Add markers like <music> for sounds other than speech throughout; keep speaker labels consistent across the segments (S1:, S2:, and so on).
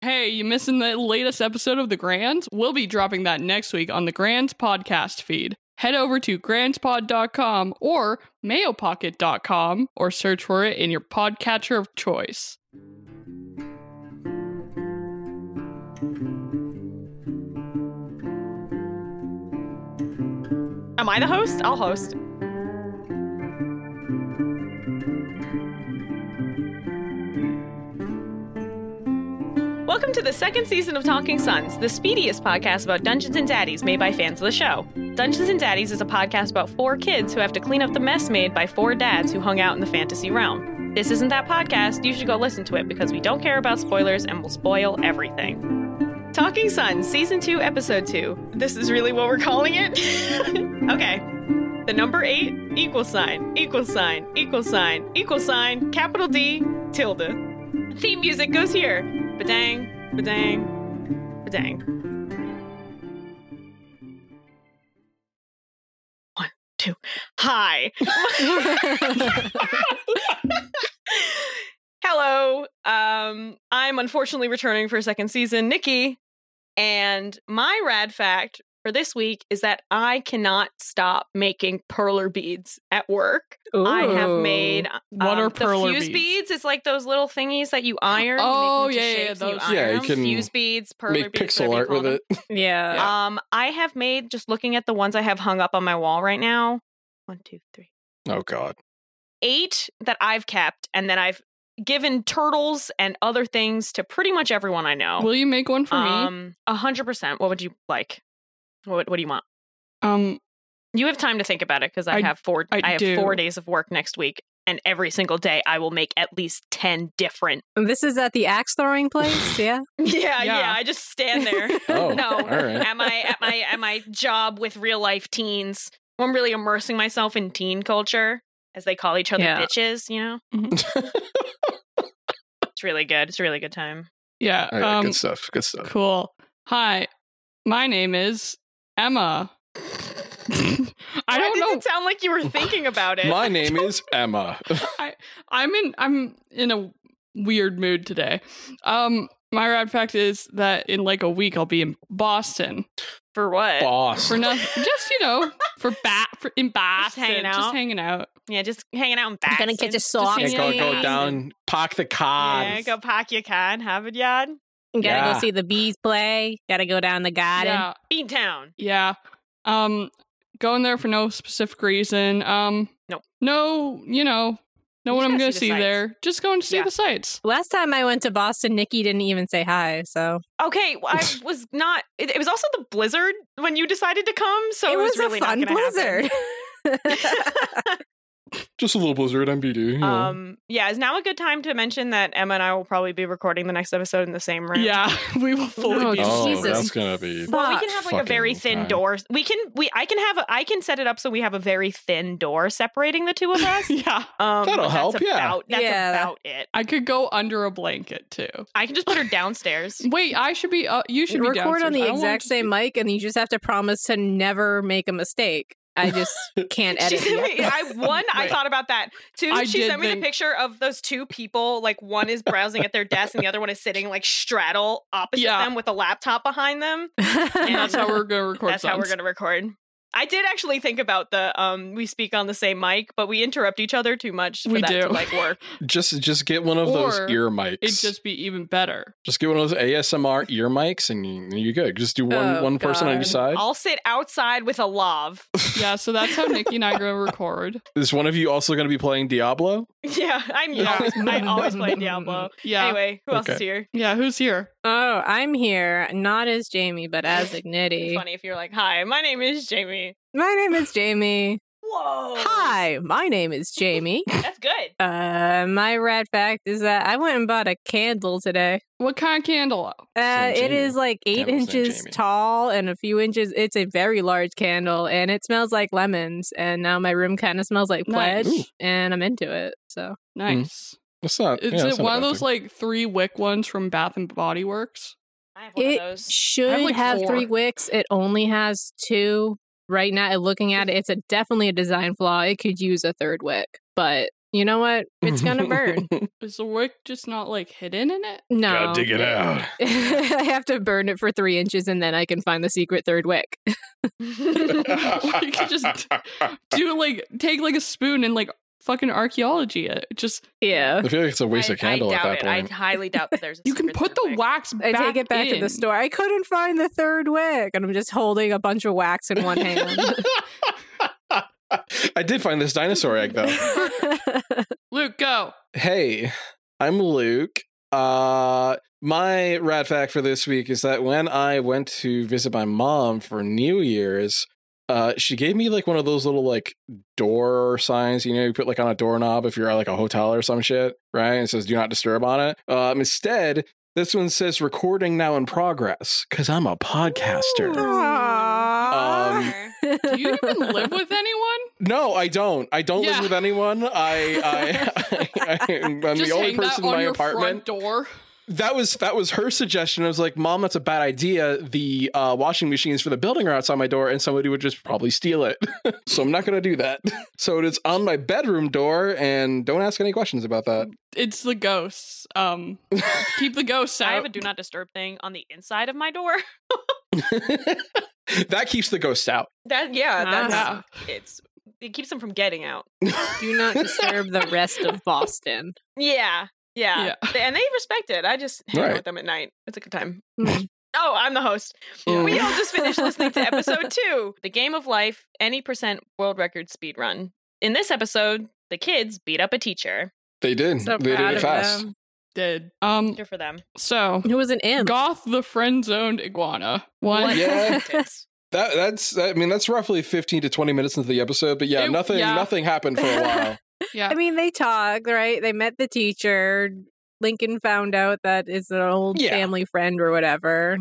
S1: Hey, you missing the latest episode of The Grands? We'll be dropping that next week on the Grands podcast feed. Head over to grandspod.com or mayopocket.com or search for it in your podcatcher of
S2: <laughs>
S1: choice.
S3: Am I the host? I'll host. Welcome to the second season of Talking Sons, the speediest podcast about Dungeons and Daddies made by fans of the show. Dungeons and Daddies is a podcast about four kids who have to clean up the mess made by four dads who hung out in the fantasy realm. This isn't that podcast. You should go listen to it because we don't care about spoilers and will spoil everything. Talking Sons, Season 2, Episode 2. This is really what we're calling it? <laughs> okay. The number 8, equal sign, equal sign, equal sign, equal sign, capital D, tilde. Theme music goes here. Badang, badang, badang. One, two. Hi. Hello. Um, I'm unfortunately returning for a second season, Nikki. And my rad fact for this week is that I cannot stop making perler beads at work. I have made uh, um,
S1: What are perler
S3: the
S1: beads?
S3: fuse beads? It's like those little thingies that you iron. you make
S1: Oh,
S3: them into
S1: yeah, yeah,
S3: shapes and
S1: those-
S3: You
S2: Yeah,
S3: iron
S2: you
S3: them.
S2: can
S3: fuse beads, perler
S2: Make
S3: beads,
S2: pixel
S3: whatever you
S2: art
S3: call
S2: with
S3: them.
S2: it.
S4: Yeah.
S3: Um, I have made just looking at the ones I have hung up on my wall right now. One, two, three
S2: Oh god. <laughs>
S3: eight that I've kept, and then I've given turtles and other things to pretty much everyone I know.
S1: Will you make one for me?
S3: um, a hundred percent. What would you like? What What do you want?
S1: Um,
S3: You have time to think about it because I,
S1: I-
S3: have four.
S1: I
S3: I, have
S1: do.
S3: four days of work next week, and every single day I will make at least ten different.
S4: This is at the axe throwing place. Yeah.
S1: <laughs>
S3: Yeah,
S1: Yeah.
S3: I just stand
S4: <laughs>
S3: there.
S1: <laughs>
S2: Oh,
S3: no,
S2: all right.
S3: at my at my at my job with real life teens. I'm really immersing myself in teen culture, as they call each other
S4: Yeah.
S3: bitches. You know, it's really good. It's a really good time.
S1: yeah.
S2: All right,
S1: um,
S2: good stuff.
S1: <laughs>
S2: Good stuff.
S1: Cool. Hi, my name is Emma. <laughs> I
S3: Why
S1: don't
S3: did
S1: know.
S3: It sound like you were thinking about it.
S2: My name is Emma.
S1: I'm in. I'm in a weird mood today. Um, my rad fact is that in like a week I'll be in Boston
S3: For what?
S2: Boss.
S1: for
S3: <laughs>
S1: nothing. just you know, for bat for in Boston,
S3: hanging
S1: just
S3: out.
S1: hanging out.
S3: Yeah, just hanging out in
S4: I'm
S3: back.
S4: gonna get you sock.
S1: hang
S2: Yeah,
S1: out
S2: go,
S1: in
S2: go
S1: Boston.
S2: down. Park the cars.
S3: Yeah, go pack your can, have it yard.
S4: Gotta
S2: Yeah.
S4: go see the bees play. Gotta go down the garden.
S1: yeah,
S3: Bean town.
S1: yeah. Um, going there for no specific reason. Um,
S3: No.
S1: no, you know, no
S3: You
S1: one
S3: just
S1: I'm
S3: gotta
S1: gonna
S3: see the
S1: see
S3: sights.
S1: there. Just going to see
S3: Yeah.
S1: the sites.
S4: Last time I went to Boston, Nikki didn't even say hi. So
S3: Okay, well,
S2: <laughs>
S3: I was not. It, it was also the blizzard when you decided to come, so it,
S4: it was
S3: really
S4: a fun
S3: not gonna happen.
S4: <laughs> blizzard.
S2: Just a little blizzard MBD. You know.
S3: Um, yeah, is now a good time to mention that Emma and I will probably be recording the next episode in the same room.
S1: Yeah, <laughs> we will fully.
S4: No,
S1: be
S2: oh,
S4: Jesus.
S2: that's gonna be.
S3: Well, we
S4: Fuck.
S3: can have like a very
S2: Fucking
S3: thin
S2: okay.
S3: door. We can we I can have a, I can set it up so we have a very thin door separating the two of
S2: <laughs>
S1: <laughs>
S3: us.
S1: yeah,
S3: Um,
S2: That'll
S3: but that's
S2: help, yeah.
S3: About, that's
S4: Yeah.
S3: about it.
S1: I could go under a blanket too.
S3: I can just put her downstairs.
S1: <laughs> Wait, I should be. Uh, you should be
S4: record
S1: downstairs. I
S4: on the
S1: don't want
S4: exact
S1: to-
S4: same mic, and you just have to promise to never make a mistake.
S2: <laughs>
S4: I just can't
S3: She
S4: edit.
S3: sent me,
S4: yet. <laughs>
S3: I one, I
S1: Right.
S3: thought about that. Two,
S1: I
S3: she
S1: did
S3: sent me
S1: think-
S3: the picture of those two people. Like one is browsing at their desk, and the other one is sitting like straddle opposite
S1: Yeah.
S3: them with a laptop behind them.
S1: And that's how we're gonna record.
S3: That's how we're
S1: sounds.
S3: gonna record. I did actually think about the um we speak on the same mic, but we interrupt each other too much for
S1: We
S3: that
S1: do.
S3: to like work.
S2: Just, just get one of
S1: Or
S2: those ear mics.
S3: <laughs>
S1: It'd just be even better.
S2: just get one of those ASMR ear mics, and you, you're good. Just do one,
S4: Oh,
S2: one person on
S4: God.
S2: each side.
S3: I'll sit outside with a lav.
S1: Yeah, so that's how Nikki and I gonna record.
S2: Is one of you also gonna be playing Diablo?
S3: Yeah, I'm
S1: Yeah.
S3: always, I always play Diablo.
S1: Yeah.
S3: Anyway, who else is
S2: Okay.
S3: here?
S1: Yeah, who's here?
S4: oh, I'm here, not as Jamie, but as
S3: It's
S4: Ignity.
S3: funny if you're like, "Hi, my name is Jamie."
S4: My name is Jamie.
S3: Whoa!
S4: Hi, my name is Jamie.
S3: That's good.
S4: Uh, my rad fact is that I went and bought a candle today.
S1: What kind of candle?
S2: Hmm.
S4: Uh,
S2: Saint
S4: it is
S2: Jamie.
S4: like eight
S2: Candle Saint
S4: inches
S2: Jamie.
S4: tall and a few inches. It's a very large candle, and it smells like lemons. And now my room kind of smells like
S1: Nice.
S4: pledge,
S2: Ooh.
S4: and I'm into it. So
S1: Nice.
S2: That's not.
S1: Is
S2: yeah,
S1: it
S2: that's not a
S1: one of
S2: bad
S1: those
S2: thing.
S1: like three wick ones from Bath and Body Works?
S3: I have one
S4: it
S3: of those.
S4: should
S1: I have,
S4: have,
S1: like,
S4: three
S1: four.
S4: wicks. It only has two right now. Looking at it, it's a definitely a design flaw. It could use a third wick, but You know what? It's gonna burn.
S1: Is the wick just not like hidden in it?
S2: <laughs>
S4: No.
S2: Gotta dig it out.
S4: <laughs> I have to burn it for three inches and then I can find the secret third wick.
S1: you could
S2: <laughs>
S1: just
S2: Uh.
S1: do like take like a spoon and like fucking archaeology it. Just
S4: Yeah.
S2: I feel like it's a waste
S3: I,
S2: of candle
S3: I
S2: at
S3: doubt
S2: that
S3: it.
S2: point.
S3: I highly doubt
S1: <laughs>
S3: that there's. A
S1: you can
S3: secret
S1: put the
S3: survey.
S1: wax.
S4: I take it back to
S1: in.
S4: the store. I couldn't find the third wick. And I'm just holding a bunch of wax in one hand. <laughs>
S2: <laughs> I did find this dinosaur egg though.
S1: Luke, go.
S2: Hey, I'm Luke. Uh my rat fact for this week is that when I went to visit my mom for New Year's, uh she gave me like one of those little like door signs, you know, you put like on a doorknob if you're at like a hotel or some shit, right? And it says do not disturb on it. Um instead, this one says recording now in progress cuz I'm a podcaster.
S4: Aww.
S3: <laughs>
S2: Um,
S1: Do you even live with anyone?
S2: No, I don't. I don't
S1: Yeah.
S2: live with anyone. I, I,
S1: <laughs>
S2: I, am <laughs> I'm
S1: just
S2: the only
S1: hang that
S2: person in
S1: on
S2: my
S1: your
S2: apartment.
S1: front door.
S2: That was that was her suggestion. I was like, "Mom, that's a bad idea. The uh, washing machines for the building are outside my door, and somebody would just probably steal it. <laughs> so I'm not going to do that. <laughs> so it is on my bedroom door, and don't ask any questions about that. <laughs>
S1: It's the ghosts. Um, keep the ghosts out.
S3: I have a do not disturb thing on the inside of my door.
S2: that keeps the ghosts out.
S3: <laughs> That yeah,
S1: <laughs>
S3: that's
S1: Ah.
S3: it's it keeps them from getting out.
S2: <laughs>
S4: Do not disturb the rest <laughs> of Boston.
S3: Yeah, yeah,
S1: Yeah.
S3: They- and they respect it. I just hang out
S2: Right.
S3: with them at night. It's a good time.
S2: <laughs>
S4: Mm.
S3: Oh, I'm the host.
S1: Yeah.
S3: We all just finished listening to episode <laughs> two, the game of life, any percent world record speed run. In this episode, the kids beat up a teacher.
S2: They did.
S4: So
S2: they
S4: proud
S2: did it
S4: of
S2: fast.
S4: them.
S1: Did um.
S3: Good for them.
S1: So
S4: It was an imp.
S1: Goth the friend zoned iguana. One. <laughs>
S3: <laughs>
S2: Yeah.
S3: sentence.
S2: That that's. I mean, that's roughly 15 to 20 minutes into the episode. But yeah,
S1: It-
S2: nothing.
S1: yeah.
S2: Nothing happened for
S1: <laughs>
S2: a while.
S1: Yeah.
S4: I mean, they talked, right? They met the teacher. Lincoln found out that it's an old
S2: Yeah.
S4: family friend or whatever.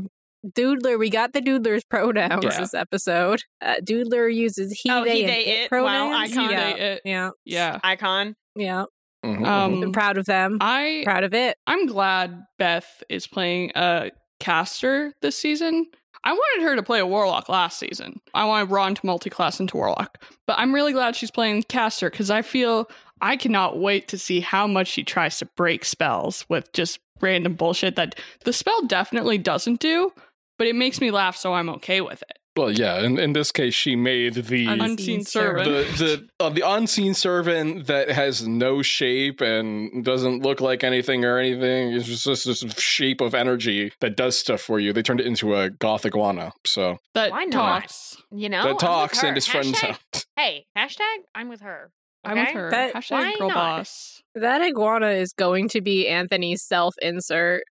S4: Doodler, we got the Doodler's pronouns
S2: Yeah.
S4: this episode. Uh, Doodler uses he,
S3: Oh,
S4: they,
S3: he,
S4: and
S3: they,
S4: it,
S3: it. Wow,
S4: pronouns.
S3: icon.
S4: Yeah.
S1: They, it.
S4: yeah,
S1: Yeah.
S3: Icon.
S4: yeah.
S2: Mhm, mhm.
S4: I'm
S1: Um.
S4: proud of them.
S1: I
S4: proud of it.
S1: I'm glad Beth is playing a caster this season. I wanted her to play a warlock last season. I wanted Ron to multi-class into warlock, but I'm really glad she's playing caster because I feel I cannot wait to see how much she tries to break spells with just random bullshit that the spell definitely doesn't do, but it makes me laugh, so I'm okay with it.
S2: Well, yeah. In, in this case, she made the
S1: Unseen, servant.
S2: the the uh, the unseen servant that has no shape and doesn't look like anything or anything. It's just this, this shape of energy that does stuff for you. They turned it into a goth iguana, so
S1: that
S3: Why not?
S1: talks.
S3: You know, I'm
S2: that
S3: with
S2: talks
S3: Oh, her.
S2: and is friends
S3: Hashtag-
S2: out.
S3: Hey, hashtag. I'm with her.
S1: I'm with
S3: Okay?
S1: her.
S4: That-
S3: why
S1: Hashtag girl
S3: not?
S1: boss.
S4: That iguana is going to be Anthony's self-insert.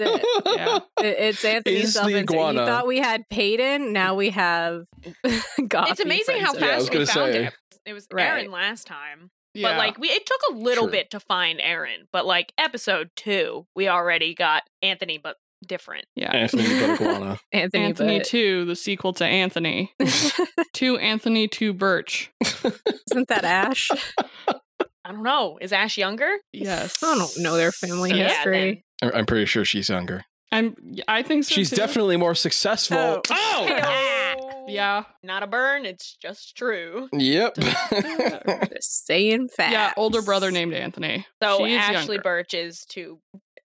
S2: <laughs>
S4: it.
S1: Yeah.
S4: I- It's Anthony's
S2: Is the
S4: self-insert. You
S2: iguana-
S4: thought we had Peyton, now we have <laughs> Goth.
S3: It's amazing how fast
S2: Yeah, I was
S3: we
S2: gonna
S3: found
S2: say.
S3: it. It was
S4: Right.
S3: Aaron last time.
S1: Yeah.
S3: But like we it took a little
S2: True.
S3: bit to find Aaron, but like episode 2, we already got Anthony but different.
S1: yeah.
S2: Anthony the iguana.
S4: Anthony,
S1: Anthony
S4: but-
S1: 2, the sequel to Anthony.
S4: <laughs>
S1: to Anthony to Birch.
S4: isn't
S2: <laughs>
S4: that Ash?
S3: I don't know. Is Ash younger?
S1: Yes.
S4: I don't know their family
S1: Yeah,
S2: I'm
S4: history.
S2: I'm pretty sure she's younger.
S1: I'm I think so
S2: She's
S1: too.
S2: definitely more successful.
S4: Oh.
S3: <laughs> Oh.
S1: Yeah.
S3: Not a burn, it's just true.
S2: Yep. <laughs>
S4: Just saying facts.
S1: Yeah, older brother
S4: <laughs>
S1: named Anthony.
S3: So
S1: She is
S3: Ashley
S1: younger.
S3: Birch is too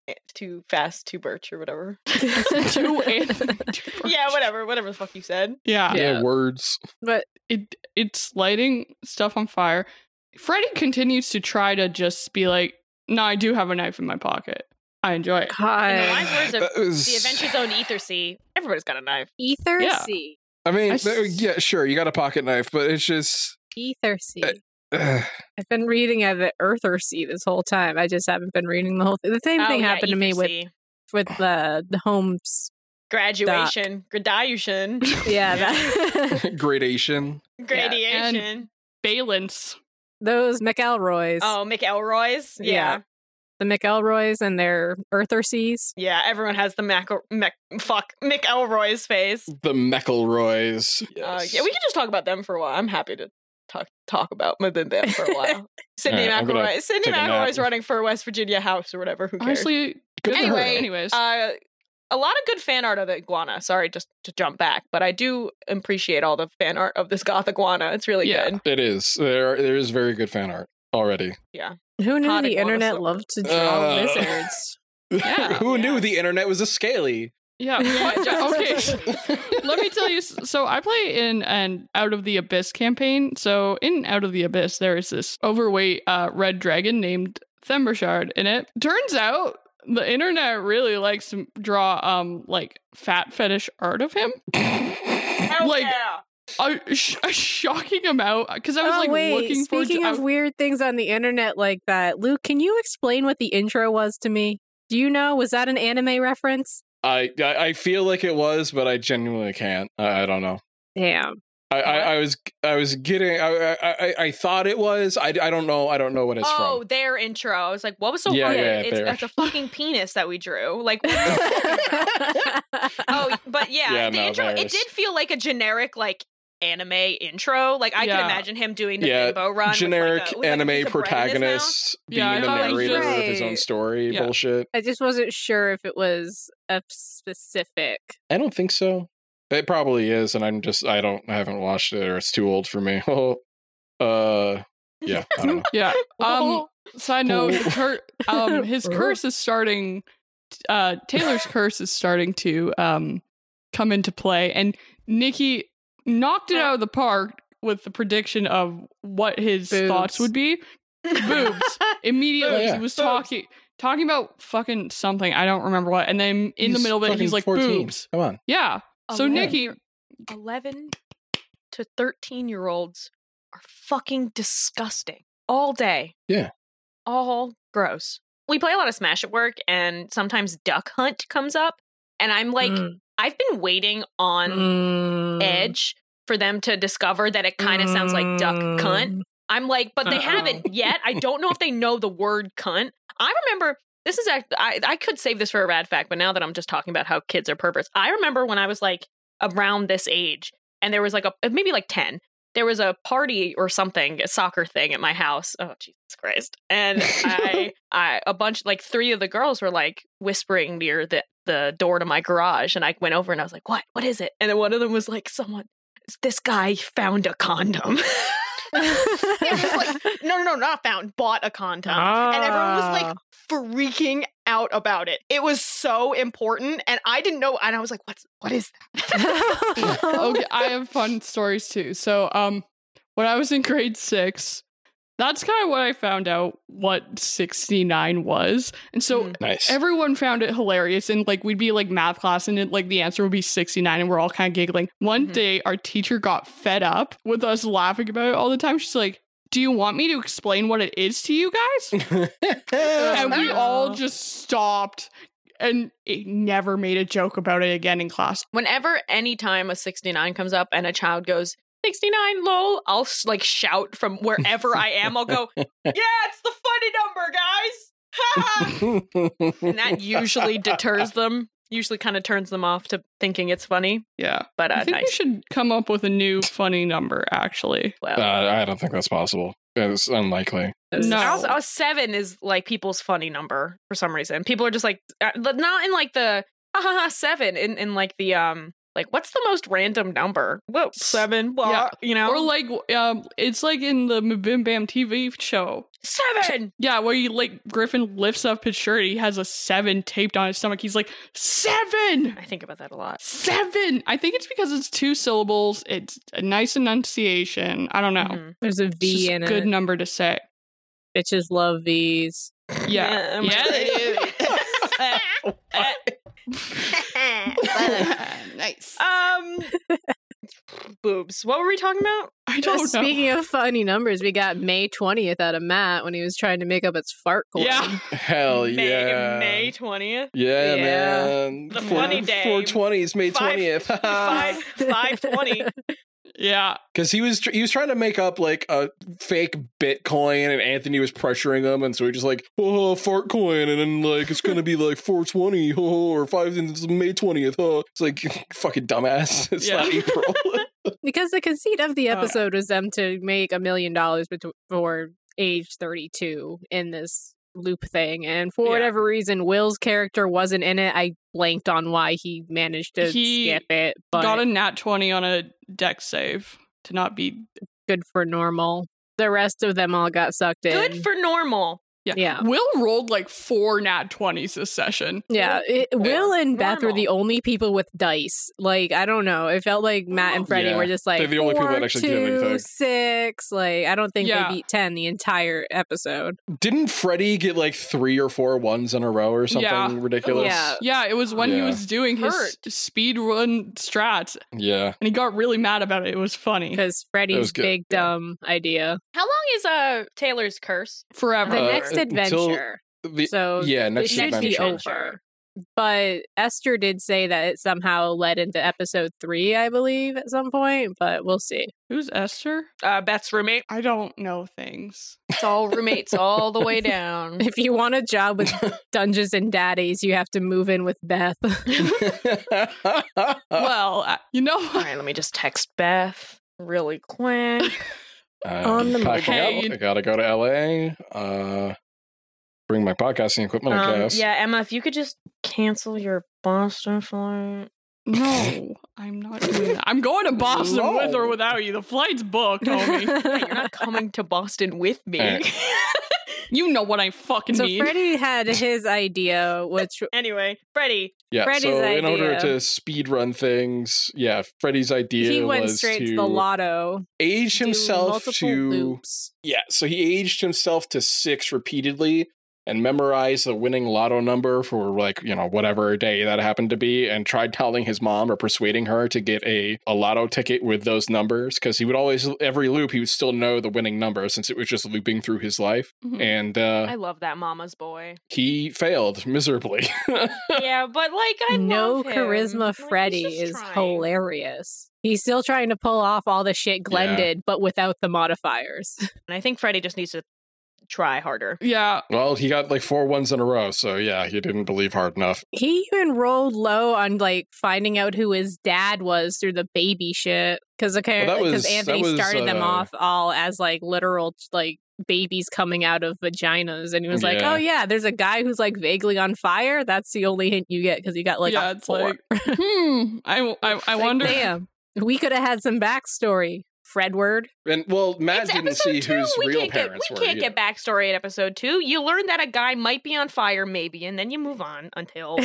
S3: eh, too fast too Birch or whatever.
S1: <laughs> to Anthony
S4: <laughs>
S1: to Birch.
S3: <laughs> yeah, whatever, whatever the fuck you said.
S1: Yeah.
S2: yeah. Words.
S4: But
S1: It it's lighting stuff on fire. Freddy continues to try to just be like, "No, I do have a knife in my pocket. I enjoy it."
S3: In the
S4: God,
S3: wise words of
S2: That was-
S3: The Adventure Zone Ether Sea, everybody's got a knife.
S4: Ether
S1: Yeah.
S4: C,
S2: I mean,
S1: I
S2: th-
S1: s-
S2: yeah, sure, you got a pocket knife, but it's
S1: <laughs>
S2: just.
S4: Ether C.
S2: Uh, <laughs> ugh.
S4: I've been reading of the Earther C this whole time. I just haven't been reading the whole thing. The same
S3: Oh,
S4: thing
S3: yeah,
S4: happened to me
S3: Ether
S4: with
S3: Sea.
S4: with the the homes.
S3: graduation,
S2: <laughs>
S3: graduation,
S4: Yeah, that,
S2: gradation.
S3: gradation.
S1: Balance.
S4: <laughs> those McElroys,
S3: Oh, McElroy's.
S4: Yeah.
S3: Yeah.
S4: the McElroys and their Earther Cs.
S3: Yeah. everyone has the Mac, Mac fuck McElroy's face.
S2: The McElroys.
S3: Uh, yeah, we can just talk about them for a while. I'm happy to talk talk about my bim bam
S2: <laughs>
S3: for a while. Sydney
S2: All right, I'm gonna
S3: McElroy. Sydney
S2: take a nap.
S3: McElroy's running for West Virginia House or whatever. Who cares?
S1: Honestly,
S2: Good for her.
S3: Anyway,
S1: anyways,
S3: uh, a lot of good fan art of the iguana. Sorry, just to jump back, but I do appreciate all the fan art of this goth iguana. It's really
S1: Yeah.
S3: good.
S2: It is. There, there is very good fan art. already.
S4: Who knew
S3: Hot iguana
S4: the internet
S3: slipper.
S4: loved to draw
S2: Ugh.
S4: lizards?
S1: Yeah.
S2: <laughs> Who
S3: Yeah.
S2: knew the internet was
S3: <laughs>
S2: a scaly?
S4: <laughs>
S1: Yeah.
S2: <laughs>
S1: what- okay. Let me tell you. s- So I play in an Out of the Abyss campaign. So in Out of the Abyss, there is this overweight uh, red dragon named Thembershard in it. Turns out the internet really likes to draw um like fat fetish art of him. Like, A, sh- a shocking amount because I was
S4: oh
S1: like
S4: wait,
S1: looking for.
S4: speaking
S1: I-
S4: of weird things on the internet like that, Luke, can you explain what the intro was to me? Do you know? Was that an anime reference?
S2: I, I I feel like it was, but I genuinely can't. I, I don't know.
S4: <laughs> Damn.
S2: I, I, I was I was getting I I, I, I thought it was. I, I don't know. I don't know what it's
S3: oh, their intro. I was like, what was so
S2: Yeah,
S3: hard?
S2: yeah,
S3: it's,
S2: their-
S3: that's a fucking penis that we drew. Like,
S2: <laughs>
S4: oh,
S3: oh, but yeah,
S2: Yeah,
S3: the
S2: no,
S3: intro. It
S2: theirs.
S3: did feel like a generic like anime intro. Like I
S1: Yeah.
S3: could imagine him doing the
S2: Yeah,
S3: bimbo run.
S2: from.
S3: with, like,
S2: Generic
S3: a- with, like, a piece of
S2: anime
S3: bread in his mouth.
S2: protagonist being
S1: Yeah, I
S2: the
S1: thought it was
S2: narrator of his own
S4: just-
S2: story.
S1: Yeah.
S2: Bullshit.
S4: I just wasn't sure if it was a specific.
S2: I don't think so. It probably is, and I'm just I don't I haven't watched it, or it's too old for me. <laughs> Oh, uh, yeah, I don't know.
S1: yeah. Um. Side note:
S2: Oh. Uh-huh.
S1: cur-
S2: <laughs>
S1: um, his curse is starting. Uh, Taylor's curse is starting to um come into play, and Nikki knocked it out of the park with the prediction of what his
S4: Boobs.
S1: thoughts would be.
S3: <laughs>
S1: Boobs. Immediately,
S2: Oh, yeah.
S1: he was
S3: Boobs.
S1: talking talking about fucking something I don't remember what, and then <laughs> in the
S2: He's
S1: middle of it,
S2: fucking
S1: he's like
S2: 14.
S1: boobs.
S2: Come on,
S1: Yeah. So
S3: Eleven-
S1: Nikki,
S3: eleven to thirteen year olds are fucking disgusting all day.
S2: Yeah.
S3: all gross. We play a lot of Smash at work, and sometimes Duck Hunt comes up, and I'm like,
S4: Mm.
S3: I've been waiting on edge for them to discover that it kind of sounds like duck
S4: Mm.
S3: cunt. I'm like, but they
S4: Uh-oh.
S3: haven't yet. I don't know if they know the word cunt. I remember this is act- I I could save this for a rad fact, but now that I'm just talking about how kids are perverts, I remember when I was like around this age, and there was like a uh, maybe like ten. There was a party or something, a soccer thing at my house. Oh Jesus Christ! And I, I a bunch like three of the girls were like whispering near the the door to my garage, and I went over and I was like, "What? What is it?" And then one of them was like, "Someone." This guy found a condom. <laughs> was
S1: <laughs>
S3: like- no, no, no, not found, bought a condom. And everyone was like freaking out about it. It was so important. And I didn't know. And I was like, what's, what is
S1: <laughs>
S3: that? <laughs>
S1: okay, I have fun stories too. So, um, when I was in grade six, that's kind of what I found out what 69 was. And so
S3: Mhm.
S1: <laughs>
S2: nice.
S1: everyone found it hilarious. And like, we'd be like math class and it, like the answer would be 69, and we're all kind of giggling. One
S3: Mhm.
S1: day, our teacher got fed up with us laughing about it all the time. She's like, Do you want me to explain what it is to you guys?
S2: <laughs>
S1: and we
S4: Oh.
S1: all just stopped and it never made a joke about it again in class.
S3: Whenever anytime a 69 comes up and a child goes, 69 lol, I'll s- like shout from wherever I am. I'll go, yeah, it's the funny number, guys. <laughs> Ha! and
S1: <laughs>
S3: that usually deters them, usually kind of turns them off to thinking it's funny.
S1: Yeah.
S3: But uh,
S1: I think we <laughs>
S3: nice.
S1: should come up with a new funny number, actually.
S2: Uh, I don't think that's possible. It's unlikely.
S1: No.
S3: Also, uh, seven is like people's funny number for some reason. People are just like, uh, but not in like the ha ha ha seven in in like the um like what's the most random number? Whoa, seven. Blah,
S1: Yeah.
S3: you know,
S1: Or like um it's like in the Bim Bam TV show.
S3: seven.
S1: Yeah, where you like Griffin lifts up his shirt, he has a seven taped on his stomach. He's like, Seven!
S3: I think about that a lot.
S1: Seven! I think it's because it's two syllables, it's a nice enunciation. I don't know.
S3: Mhm.
S4: There's a
S1: It's
S4: V
S1: just
S4: Mm, in
S1: a good
S4: it.
S1: number to say.
S4: <laughs> Bitches love
S1: <laughs>
S4: V's.
S1: Yeah.
S3: I'm
S1: Yeah,
S3: like-
S1: they <laughs>
S4: <laughs>
S1: nice.
S3: <laughs> um, <laughs> boobs. What were we talking about?
S1: I don't know.
S4: Speaking of funny numbers, we got May 20th out of Matt when he was trying to make up its fart coin.
S1: Yeah.
S2: Hell
S3: May,
S2: yeah.
S3: May twentieth.
S2: Yeah,
S4: Yeah.
S2: man.
S3: The funny day.
S2: 420 is May
S3: Five-
S2: <laughs> 20th.
S3: Five five twenty.
S1: yeah.
S2: Because he was tr- he was trying to make up like a fake Bitcoin, and Anthony was pressuring him, and so he just like oh fart coin, and then like it's gonna be like four twenty <laughs> oh, or five and it's May twentieth. Oh, it's like <laughs> fucking dumbass. <laughs> It's
S1: Yeah.
S2: not April.
S4: <laughs> Because the conceit of the
S1: Oh, yeah.
S4: episode was them to make a million dollars betw- before age 32 in this loop thing. And for
S1: Yeah.
S4: whatever reason, Will's character wasn't in it. I blanked on why he managed to
S1: He
S4: skip it, but
S1: Got a nat 20 on a deck save to not be
S4: good for normal. The rest of them all got sucked in.
S3: Good for normal.
S4: yeah.
S1: Will rolled like four nat 20s this session.
S4: Yeah, it, Will and Beth were
S1: Normal.
S4: the only people with dice. Like I don't know, it felt like Matt and Freddie
S2: Yeah.
S4: were just like
S2: They're the only people that
S4: four,
S2: actually did
S4: two,
S2: anything.
S4: six. Like I don't think
S1: Yeah.
S4: they beat ten the entire episode.
S2: <laughs> Didn't Freddy get like three or four ones in a row or something
S1: Yeah.
S2: ridiculous?
S4: Yeah.
S1: Yeah, it was when he
S2: Yeah.
S1: was doing his
S3: Hurt.
S1: speed run strats
S2: Yeah.
S1: and he got really mad about it. It was funny.
S4: Because Freddie's
S2: good,
S4: big
S2: yeah.
S4: dumb idea.
S3: How long is uh Taylor's curse?
S1: Forever.
S4: The
S2: Uh,
S4: next
S2: until-
S4: adventure.
S2: The-
S4: so
S2: yeah, next
S4: it
S2: year's
S4: should be
S2: mansion.
S4: over. But Esther did say that it somehow led into episode three, I believe, at some point. But we'll see. <laughs>
S1: Who's Esther?
S3: Uh, Beth's roommate.
S1: I don't know things.
S3: It's all roommates all the way down.
S4: If you want a
S2: <laughs>
S4: job with Dungeons and Daddies, you have to move in with Beth.
S2: <laughs> Uh,
S1: well, I- you know
S3: <laughs> all
S1: what?
S3: right, let me just text Beth really
S2: <laughs>
S3: quick.
S2: I'm
S4: On the
S2: Uh, packing
S1: plane.
S2: up. I gotta go to LA. Uh, bring my podcasting equipment, I
S3: Um,
S2: guess.
S3: yeah, Emma, if you could just cancel your Boston flight.
S1: No, I'm not doing that. I'm going to Boston
S2: No.
S1: with or without you. The flight's booked,
S4: <laughs>
S1: homie.
S3: Hey, <laughs> You're not coming to Boston with me.
S2: All right.
S1: you know what I fucking
S4: So
S1: need.
S4: Freddie had his idea, which
S3: <laughs> anyway, Freddie,
S2: Yeah,
S4: Freddy's
S2: so in order
S4: idea.
S2: to speed run things, yeah, Freddy's idea
S4: he went
S2: was
S4: straight to,
S2: to,
S4: the lotto,
S2: age
S4: do
S2: himself
S4: multiple
S2: to
S4: loops.
S2: yeah. So he aged himself to six repeatedly and memorized the winning lotto number for like you know whatever day that happened to be, and tried telling his mom or persuading her to get a a lotto ticket with those numbers because he would always every loop he would still know the winning number since it was just looping through his life,
S4: Hmm.
S1: Mhm.
S2: and uh,
S3: I love that mama's boy.
S2: he failed miserably.
S3: <laughs>
S2: <laughs>
S3: yeah, but like I
S4: No
S3: love him.
S4: charisma,
S3: Like, he's
S4: Freddy
S3: just
S4: is
S3: trying.
S4: hilarious. He's still trying to pull off all the shit Glenn
S2: Yeah.
S4: did, but without the modifiers.
S3: And I think Freddy just needs to try harder.
S1: yeah,
S2: well, he got like four ones in a row, so yeah, he didn't believe hard enough.
S4: He even rolled low on like finding out who his dad was through the baby shit because apparently
S2: was-
S4: because
S2: that
S4: Anthony
S2: was,
S4: started them
S2: uh,
S4: off all as like literal like babies coming out of vaginas, and he was like,
S2: Yeah.
S4: "Oh yeah, there's a guy who's like vaguely on fire." That's the only hint you get because he got like
S1: yeah,
S4: yeah,
S1: it's like, hmm. I, I, I
S4: Like,
S1: wonder.
S4: Damn, we could have had some backstory. Fredward,
S2: And well, Matt
S3: It's
S2: didn't
S3: episode
S2: see
S3: two.
S2: whose
S3: we
S2: real
S3: can't
S2: parents
S3: get,
S2: were.
S3: We can't
S2: either.
S3: get backstory at episode two. You learn that a guy might be on fire, maybe, and then you move on until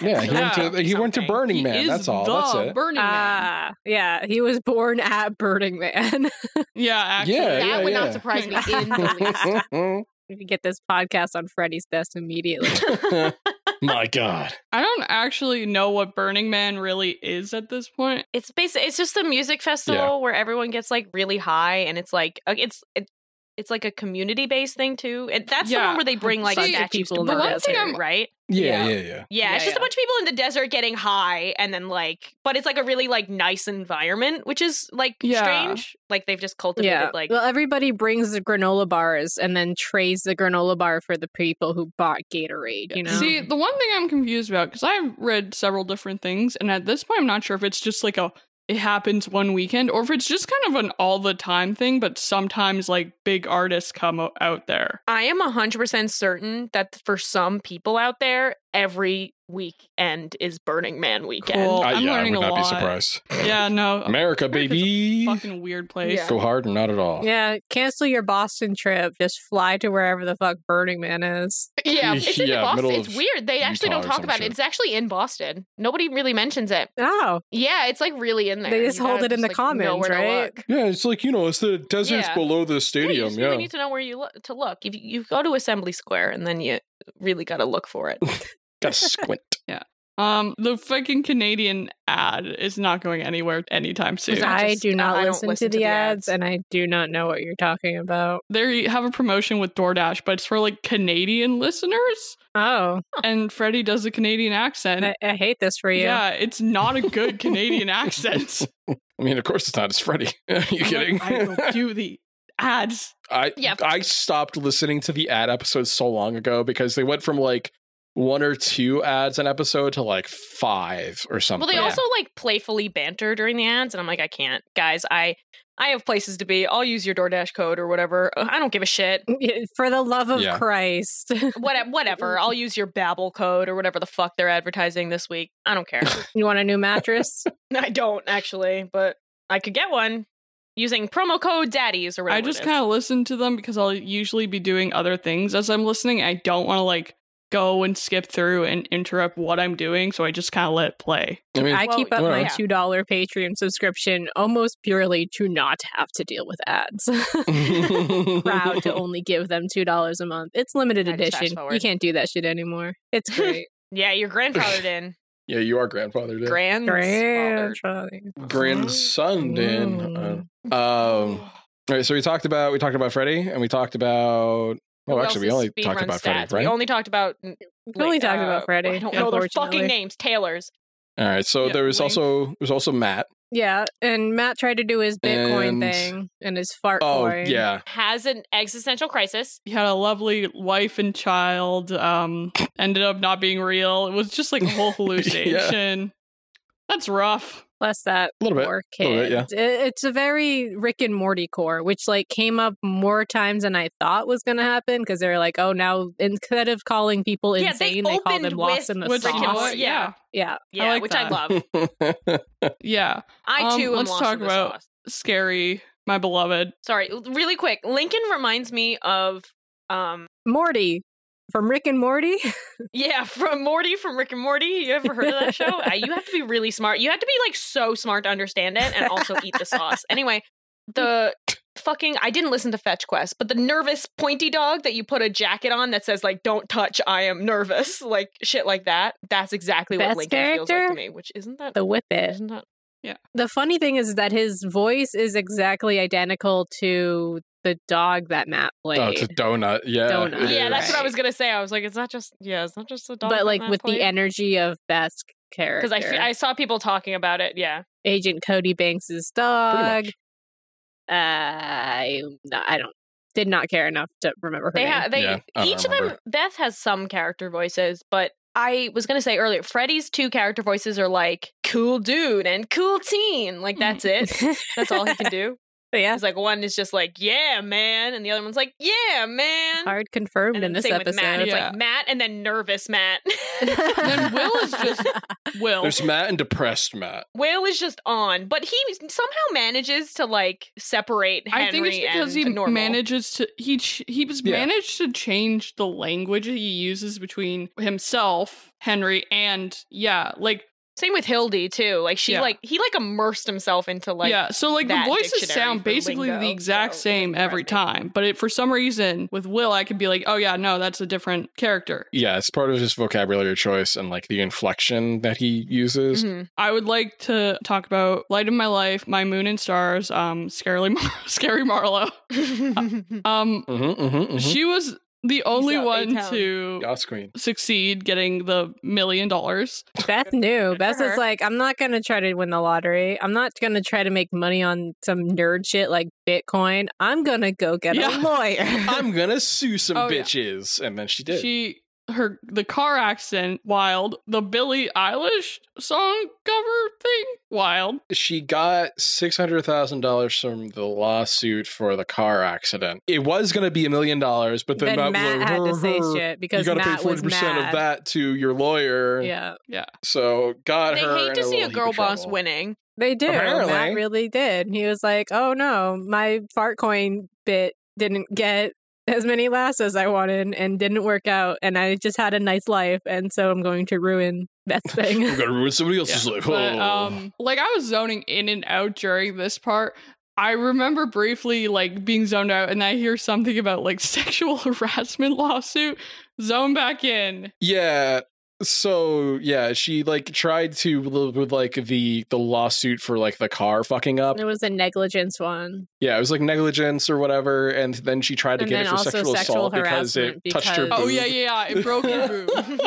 S2: Yeah, he went to he went to
S3: Something.
S2: Burning
S1: He
S2: Man.
S1: is
S2: That's all.
S1: The
S2: That's it.
S1: Burning Man.
S4: ah, yeah, he was born at Burning Man. <laughs>
S1: Yeah, actually.
S2: Yeah,
S5: that
S2: yeah,
S5: would
S2: yeah.
S5: not surprise
S2: <laughs>
S5: me in the least.
S4: we could get this podcast on Freddy's desk immediately.
S2: <laughs> My God.
S1: I don't actually know what Burning Man really is at this point.
S3: it's basically it's just a music festival where everyone gets like really high and it's like uh, it's it, it's like a community based thing too. And that's the
S1: Yeah.
S3: one where they bring like
S1: Bunch of
S3: statues to
S4: people in
S1: the
S3: burn,
S1: desert.
S3: too, right?
S2: Yeah, yeah, yeah.
S3: Yeah,
S4: Yeah,
S3: it's just
S4: yeah.
S3: a bunch of people in the desert getting high and then like but it's like a really like nice environment, which is like
S1: Yeah.
S3: strange. Like they've just cultivated like
S4: well everybody brings the granola bars and then trades the granola bar for the people who bought gatorade you know
S1: See, the one thing I'm confused about, because I've read several different things, and at this point, I'm not sure if it's just like a it happens one weekend or if it's just kind of an all the time thing, but sometimes like big artists come o- out there.
S3: I am 100% certain that for some people out there, every weekend is Burning Man weekend.
S1: Cool.
S2: I,
S1: I'm
S2: yeah, I
S1: learning
S2: would
S1: a
S2: not be
S1: lot.
S2: surprised.
S3: Uh,
S1: Yeah,
S2: <laughs>
S1: no. America's
S2: America,
S1: a
S2: baby.
S1: Fucking weird place.
S3: Yeah.
S2: Go hard or not at all.
S4: yeah cancel your boston trip just fly to wherever the fuck burning man is
S5: Yeah, it's in
S2: Yeah,
S5: the Boston.
S2: middle
S5: It's
S2: of
S5: weird. They actually
S2: Utah
S5: don't
S2: or
S5: talk
S2: some
S5: about
S2: shit.
S5: it. It's actually in Boston. Nobody really mentions it.
S4: oh
S5: Yeah, it's like really in there.
S4: They just
S5: You gotta
S4: hold it in the
S5: just, like, know
S4: commons,
S5: where to
S4: right?
S5: look.
S2: Yeah, it's like, you know, it's the deserts
S5: Yeah.
S2: below the
S3: Yeah, you
S2: stadium.
S3: just
S2: Yeah.
S3: really need to know where you look to look. If you, you go to Assembly Square and then you really got to look for
S2: <laughs>
S3: it.
S2: Gotta squint.
S1: Um, the fucking Canadian ad is not going anywhere anytime soon.
S3: that-
S4: i
S3: just-
S4: do not
S3: I don't
S4: listen, to, the, ads, and i do not know what you're talking about
S1: They have a promotion with DoorDash, but it's for like Canadian listeners,
S4: oh
S1: and Freddie does a Canadian accent.
S4: I, I hate this for you
S1: Yeah, it's not a good <laughs> Canadian accent.
S2: I mean, of course it's not. It's Freddy. <laughs> Are <laughs> you kidding?
S1: I will do the ads.
S2: I
S5: Yeah.
S2: I stopped listening to the ad episodes so long ago because they went from like one or two ads an episode to like five or something.
S3: Well, they also like playfully banter during the ads, and I'm like, I can't, guys. I I have places to be. I'll use your DoorDash code or whatever. Uh, I don't give a shit.
S4: <laughs> for the love of
S2: Yeah.
S4: christ <laughs>
S3: What, whatever. I'll use your Babbel code or whatever the fuck they're advertising this week. I don't care.
S4: you want a new mattress
S3: I don't actually, but I could get one. using promo code daddies or
S1: <laughs>
S3: whatever.
S1: I just kind of listen to them because I'll usually be doing other things as I'm listening. I don't want to like go and skip through and interrupt what I'm doing, so I just kind of let it play.
S2: <laughs> I <laughs> mean,
S4: I
S3: Well,
S4: keep up my
S2: yeah.
S4: two dollar Patreon subscription almost purely to not have to deal with ads. <laughs>
S3: <laughs>
S4: Proud to only give them two dollars a month. It's limited
S3: I just fast
S4: edition. You
S3: forward.
S4: can't do that shit anymore.
S3: <laughs>
S4: It's great.
S3: yeah, your grandfathered in.
S2: <laughs> yeah, you are grandfathered in.
S3: Grand. Uh-huh.
S2: Grandson in. Uh,
S4: Mm.
S2: um, all right, so we talked about we talked about Freddy and we talked about. Oh, actually, we only talked about Freddy, right?
S3: We only talked about. We
S4: We only talked about Freddy.
S3: uh, I don't know their fucking
S4: unfortunately.
S3: names. Taylor's.
S2: All right, so
S1: Yeah,
S2: there was
S1: Link.
S2: also there's also Matt.
S4: Yeah, and Matt tried to do his Bitcoin
S2: And-
S4: thing and his fart
S2: Oh,
S4: coin.
S2: yeah,
S3: Has an existential crisis.
S1: He had a lovely wife and child. Um,
S2: <laughs>
S1: ended up not being real. It was just like a whole hallucination. That's rough.
S4: Plus that
S2: a little bit.
S4: poor
S2: a
S4: kid.
S2: little bit, oh, yeah.
S4: It- it's a very Rick and Morty core, which like came up more times than I thought was going to happen because they were like, oh, now instead of calling people
S3: Yeah, they
S4: insane, they, call
S3: opened
S4: them lost
S3: with
S4: in the
S1: With
S3: Rick and
S1: Saw,
S4: sauce.
S3: Morty.
S1: yeah,
S4: Yeah,
S3: Yeah,
S1: like
S3: which I
S1: that.
S2: <laughs>
S3: love.
S2: Oh,
S1: yeah.
S3: I
S1: Um,
S3: too am
S1: let's
S3: lost
S1: talk
S3: in the
S1: about-
S3: sauce.
S1: Scary, my
S2: <laughs>
S1: beloved.
S3: Sorry, l- really quick. Lincoln reminds me of. Um,
S4: Morty from Rick and Morty. <laughs>
S3: yeah, from Morty from Rick and Morty. You ever heard of that
S4: <laughs>
S3: show? Uh, you have to be really smart. You have to be like so smart to understand it and also eat the sauce. Anyway, the fucking I didn't listen to Fetch Quest, but the nervous pointy dog that you put a jacket on that says like "Don't touch, I am nervous," <laughs> like shit like that. That's exactly what
S4: Best
S3: Lincoln feels like
S4: character?
S3: to me. Which isn't that
S4: the
S3: <laughs>
S4: Whippet.
S3: isn't that
S4: The funny thing is that his voice is exactly identical to the dog that Matt played.
S2: Oh, it's a donut. Yeah,
S4: Donut.
S2: it
S3: yeah,
S2: is.
S3: that's what I
S4: Right.
S3: was gonna say. I was like, it's not just yeah, it's not just the dog,
S4: but like with the energy of Beth's character,
S3: because I fe- I saw people talking about it. Yeah,
S4: Agent Cody Banks's dog. I no, I don't did not care enough to remember her
S3: they
S4: name.
S3: have they
S2: Yeah, I don't
S3: each of them.
S2: remember.
S3: Beth has some character voices, but I was gonna say earlier, Freddy's two character voices are like cool dude and cool teen. Like that's it.
S4: <laughs>
S3: That's all he can do. <laughs>
S4: But yeah,
S3: It's like one is just like yeah man, and the other one's like yeah man.
S4: hard confirmed
S3: And
S4: in
S3: then
S4: this
S3: same with Matt.
S4: episode.
S3: It's
S1: Yeah.
S3: like Matt and then nervous Matt.
S1: <laughs>
S3: <laughs>
S4: <laughs>
S1: Then Will is just- Will.
S2: There's Matt and depressed Matt.
S3: Will is just on, but he somehow manages to like separate. Henry
S1: I think it's because
S3: and
S1: he
S3: normal.
S1: manages to he ch- he was
S2: Yeah.
S1: managed to change the language he uses between himself, Henry, and yeah, like
S3: Same with Hildy too. Like she
S1: Yeah.
S3: like he like immersed himself into like
S1: yeah. So like the
S3: that
S1: voices
S3: dictionary
S1: sound
S3: for
S1: basically
S3: lingo,
S1: the exact
S3: so it
S1: same
S3: doesn't
S1: every
S3: surprise
S1: time, but it, for some reason with Will, I could be like, oh yeah, no, that's a different character.
S2: Yeah, it's part of his vocabulary choice and like the inflection that he uses.
S3: Mhm.
S1: I would like to talk about Light of My Life, My Moon and Stars, um, Scary Mar- <laughs> Scary Marlowe.
S3: <laughs>
S1: Um,
S2: hmm hmm hmm
S1: she was the only
S3: out
S1: one
S3: A-town.
S1: to
S2: Yas Queen.
S1: succeed getting the million dollars.
S4: Beth knew.
S3: for
S4: Beth was
S3: her.
S4: like, I'm not gonna try to win the lottery. I'm not gonna try to make money on some nerd shit like Bitcoin. I'm gonna go get
S1: Yeah.
S4: a lawyer.
S2: I'm gonna sue some
S1: Oh, yeah.
S2: bitches, and then she did.
S1: She her the car accident wild, the Billie Eilish song cover thing wild.
S2: she got six hundred thousand dollars from the lawsuit for the car accident. It was going to be a million dollars, but then, Matt,
S4: then Matt
S2: was
S4: had to
S2: like,
S4: say
S2: "Her, her,
S4: shit because
S2: you got to pay
S4: Matt
S2: forty
S4: was
S2: percent
S4: mad.
S2: of that to your lawyer.
S4: Yeah,
S2: So got
S3: They
S2: her.
S3: hate
S2: in
S3: to see
S2: little
S3: a
S2: heap
S3: girl
S2: of
S3: boss
S2: trouble.
S3: winning.
S4: they do. Matt
S2: Apparently.
S4: really did. He was like, "Oh no, my fart coin bit didn't get as many laughs as I wanted, and didn't work out, and I just had a nice life, and so I'm going to ruin that
S2: <laughs> I'm
S4: thing."
S2: gonna ruin somebody else's life.
S1: But
S2: Oh.
S1: um like I was zoning in and out during this part. I remember briefly like being zoned out and I hear something about like <laughs> sexual harassment lawsuit. Zone back in.
S2: Yeah. So yeah, she like tried to live with like the the lawsuit for like the car fucking up.
S4: <laughs> It was a negligence one.
S2: Yeah, it was like negligence or whatever, and then she tried to
S4: And
S2: get
S4: then
S2: it for
S4: also
S2: sexual,
S4: sexual
S2: assault because it
S4: harassment
S2: touched her.
S4: because-
S1: Oh
S2: boob.
S1: yeah, yeah, yeah. It broke your <laughs>
S2: <laughs>
S1: boob.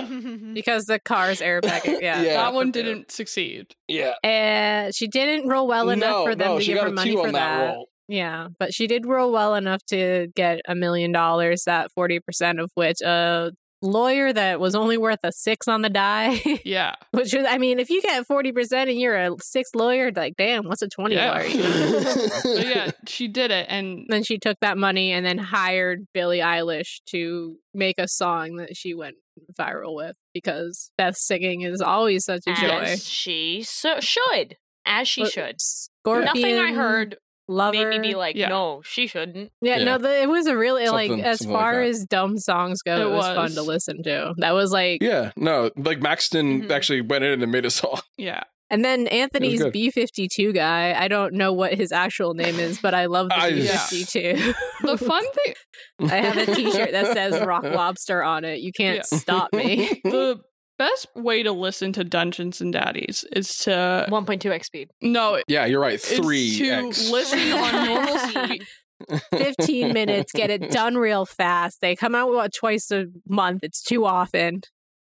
S4: Because the car's airbag, <laughs> yeah.
S2: Yeah.
S1: that one didn't succeed.
S2: Yeah.
S4: Uh, she didn't roll well enough
S2: no,
S4: for them
S2: no,
S4: to
S2: she
S4: give
S2: got
S4: her
S2: a
S4: money
S2: two
S4: for
S2: on
S4: that.
S2: that
S4: <laughs>
S2: roll.
S4: Yeah, but she did roll well enough to get a million dollars. That forty percent of which a lawyer that was only worth a six on the die. <laughs>
S1: Yeah.
S4: which was, I mean, if you get forty percent and you're a six lawyer, like damn, what's a twenty
S1: Yeah.
S4: lawyer?
S2: <laughs>
S4: <laughs>
S1: But yeah, she did it and
S4: Then she took that money and then hired Billie Eilish to make a song that she went viral with because Beth singing is always such a joy.
S3: As Ah, she so- should, as she
S4: But
S3: should.
S4: Scorpion.
S3: Nothing I heard
S4: Lover.
S3: made me be like,
S1: Yeah.
S3: no, she shouldn't.
S4: yeah,
S2: Yeah.
S4: no, the, it was a really like
S2: Something-
S4: as
S2: something like
S4: far
S2: that.
S4: as dumb songs go,
S1: It
S4: it, was. fun
S1: was.
S4: to listen to. That was like,
S2: Yeah, no, like Maxton
S4: Mm-hmm.
S5: Mhm.
S2: actually went in and made a song.
S1: Yeah.
S4: and then Anthony's
S2: good.
S4: B fifty two guy. I don't know what his actual name is, but I love
S2: I-
S4: the B
S1: Yeah.
S4: fifty two.
S1: The fun <laughs> thing,
S4: <laughs> I have a T shirt that says
S2: <laughs>
S4: Rock Lobster on it. You can't
S1: Yeah.
S4: stop me.
S1: <laughs> the best way to listen to Dungeons and Daddies is to
S3: 1.2x speed.
S1: no,
S2: Yeah, you're right.
S1: is
S2: Three
S1: to
S2: X. <laughs>
S1: listen on normal speed.
S4: Fifteen minutes, get it done real fast. They come out what, twice a month. It's too often.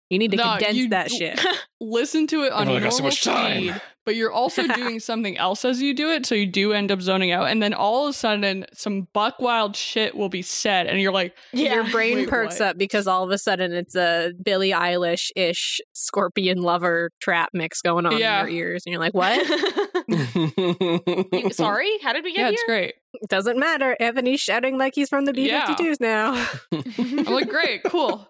S4: You need to
S1: No,
S4: condense
S1: you
S4: that
S1: d-
S4: shit.
S1: Listen to it on
S2: I've only
S1: normal
S2: got so much time.
S1: speed, but you're
S2: <laughs>
S1: also doing something else as you do it, so you do end up zoning out, and then all of a sudden, some buck wild shit will be said, and you're like,
S4: Your
S3: <laughs>
S4: brain
S1: Wait,
S4: perks
S1: what?
S4: up because all of a sudden it's a Billie Eilish ish scorpion lover trap mix going on
S1: Yeah.
S4: in your ears. And you're
S1: <laughs>
S4: like, what?
S3: You- Sorry, how did we
S1: "Yeah,
S3: get
S1: it's great."
S4: Doesn't matter. Anthony's shouting like he's from the B
S1: Yeah.
S4: 52s now.
S3: here?
S1: I'm like, "Great, cool,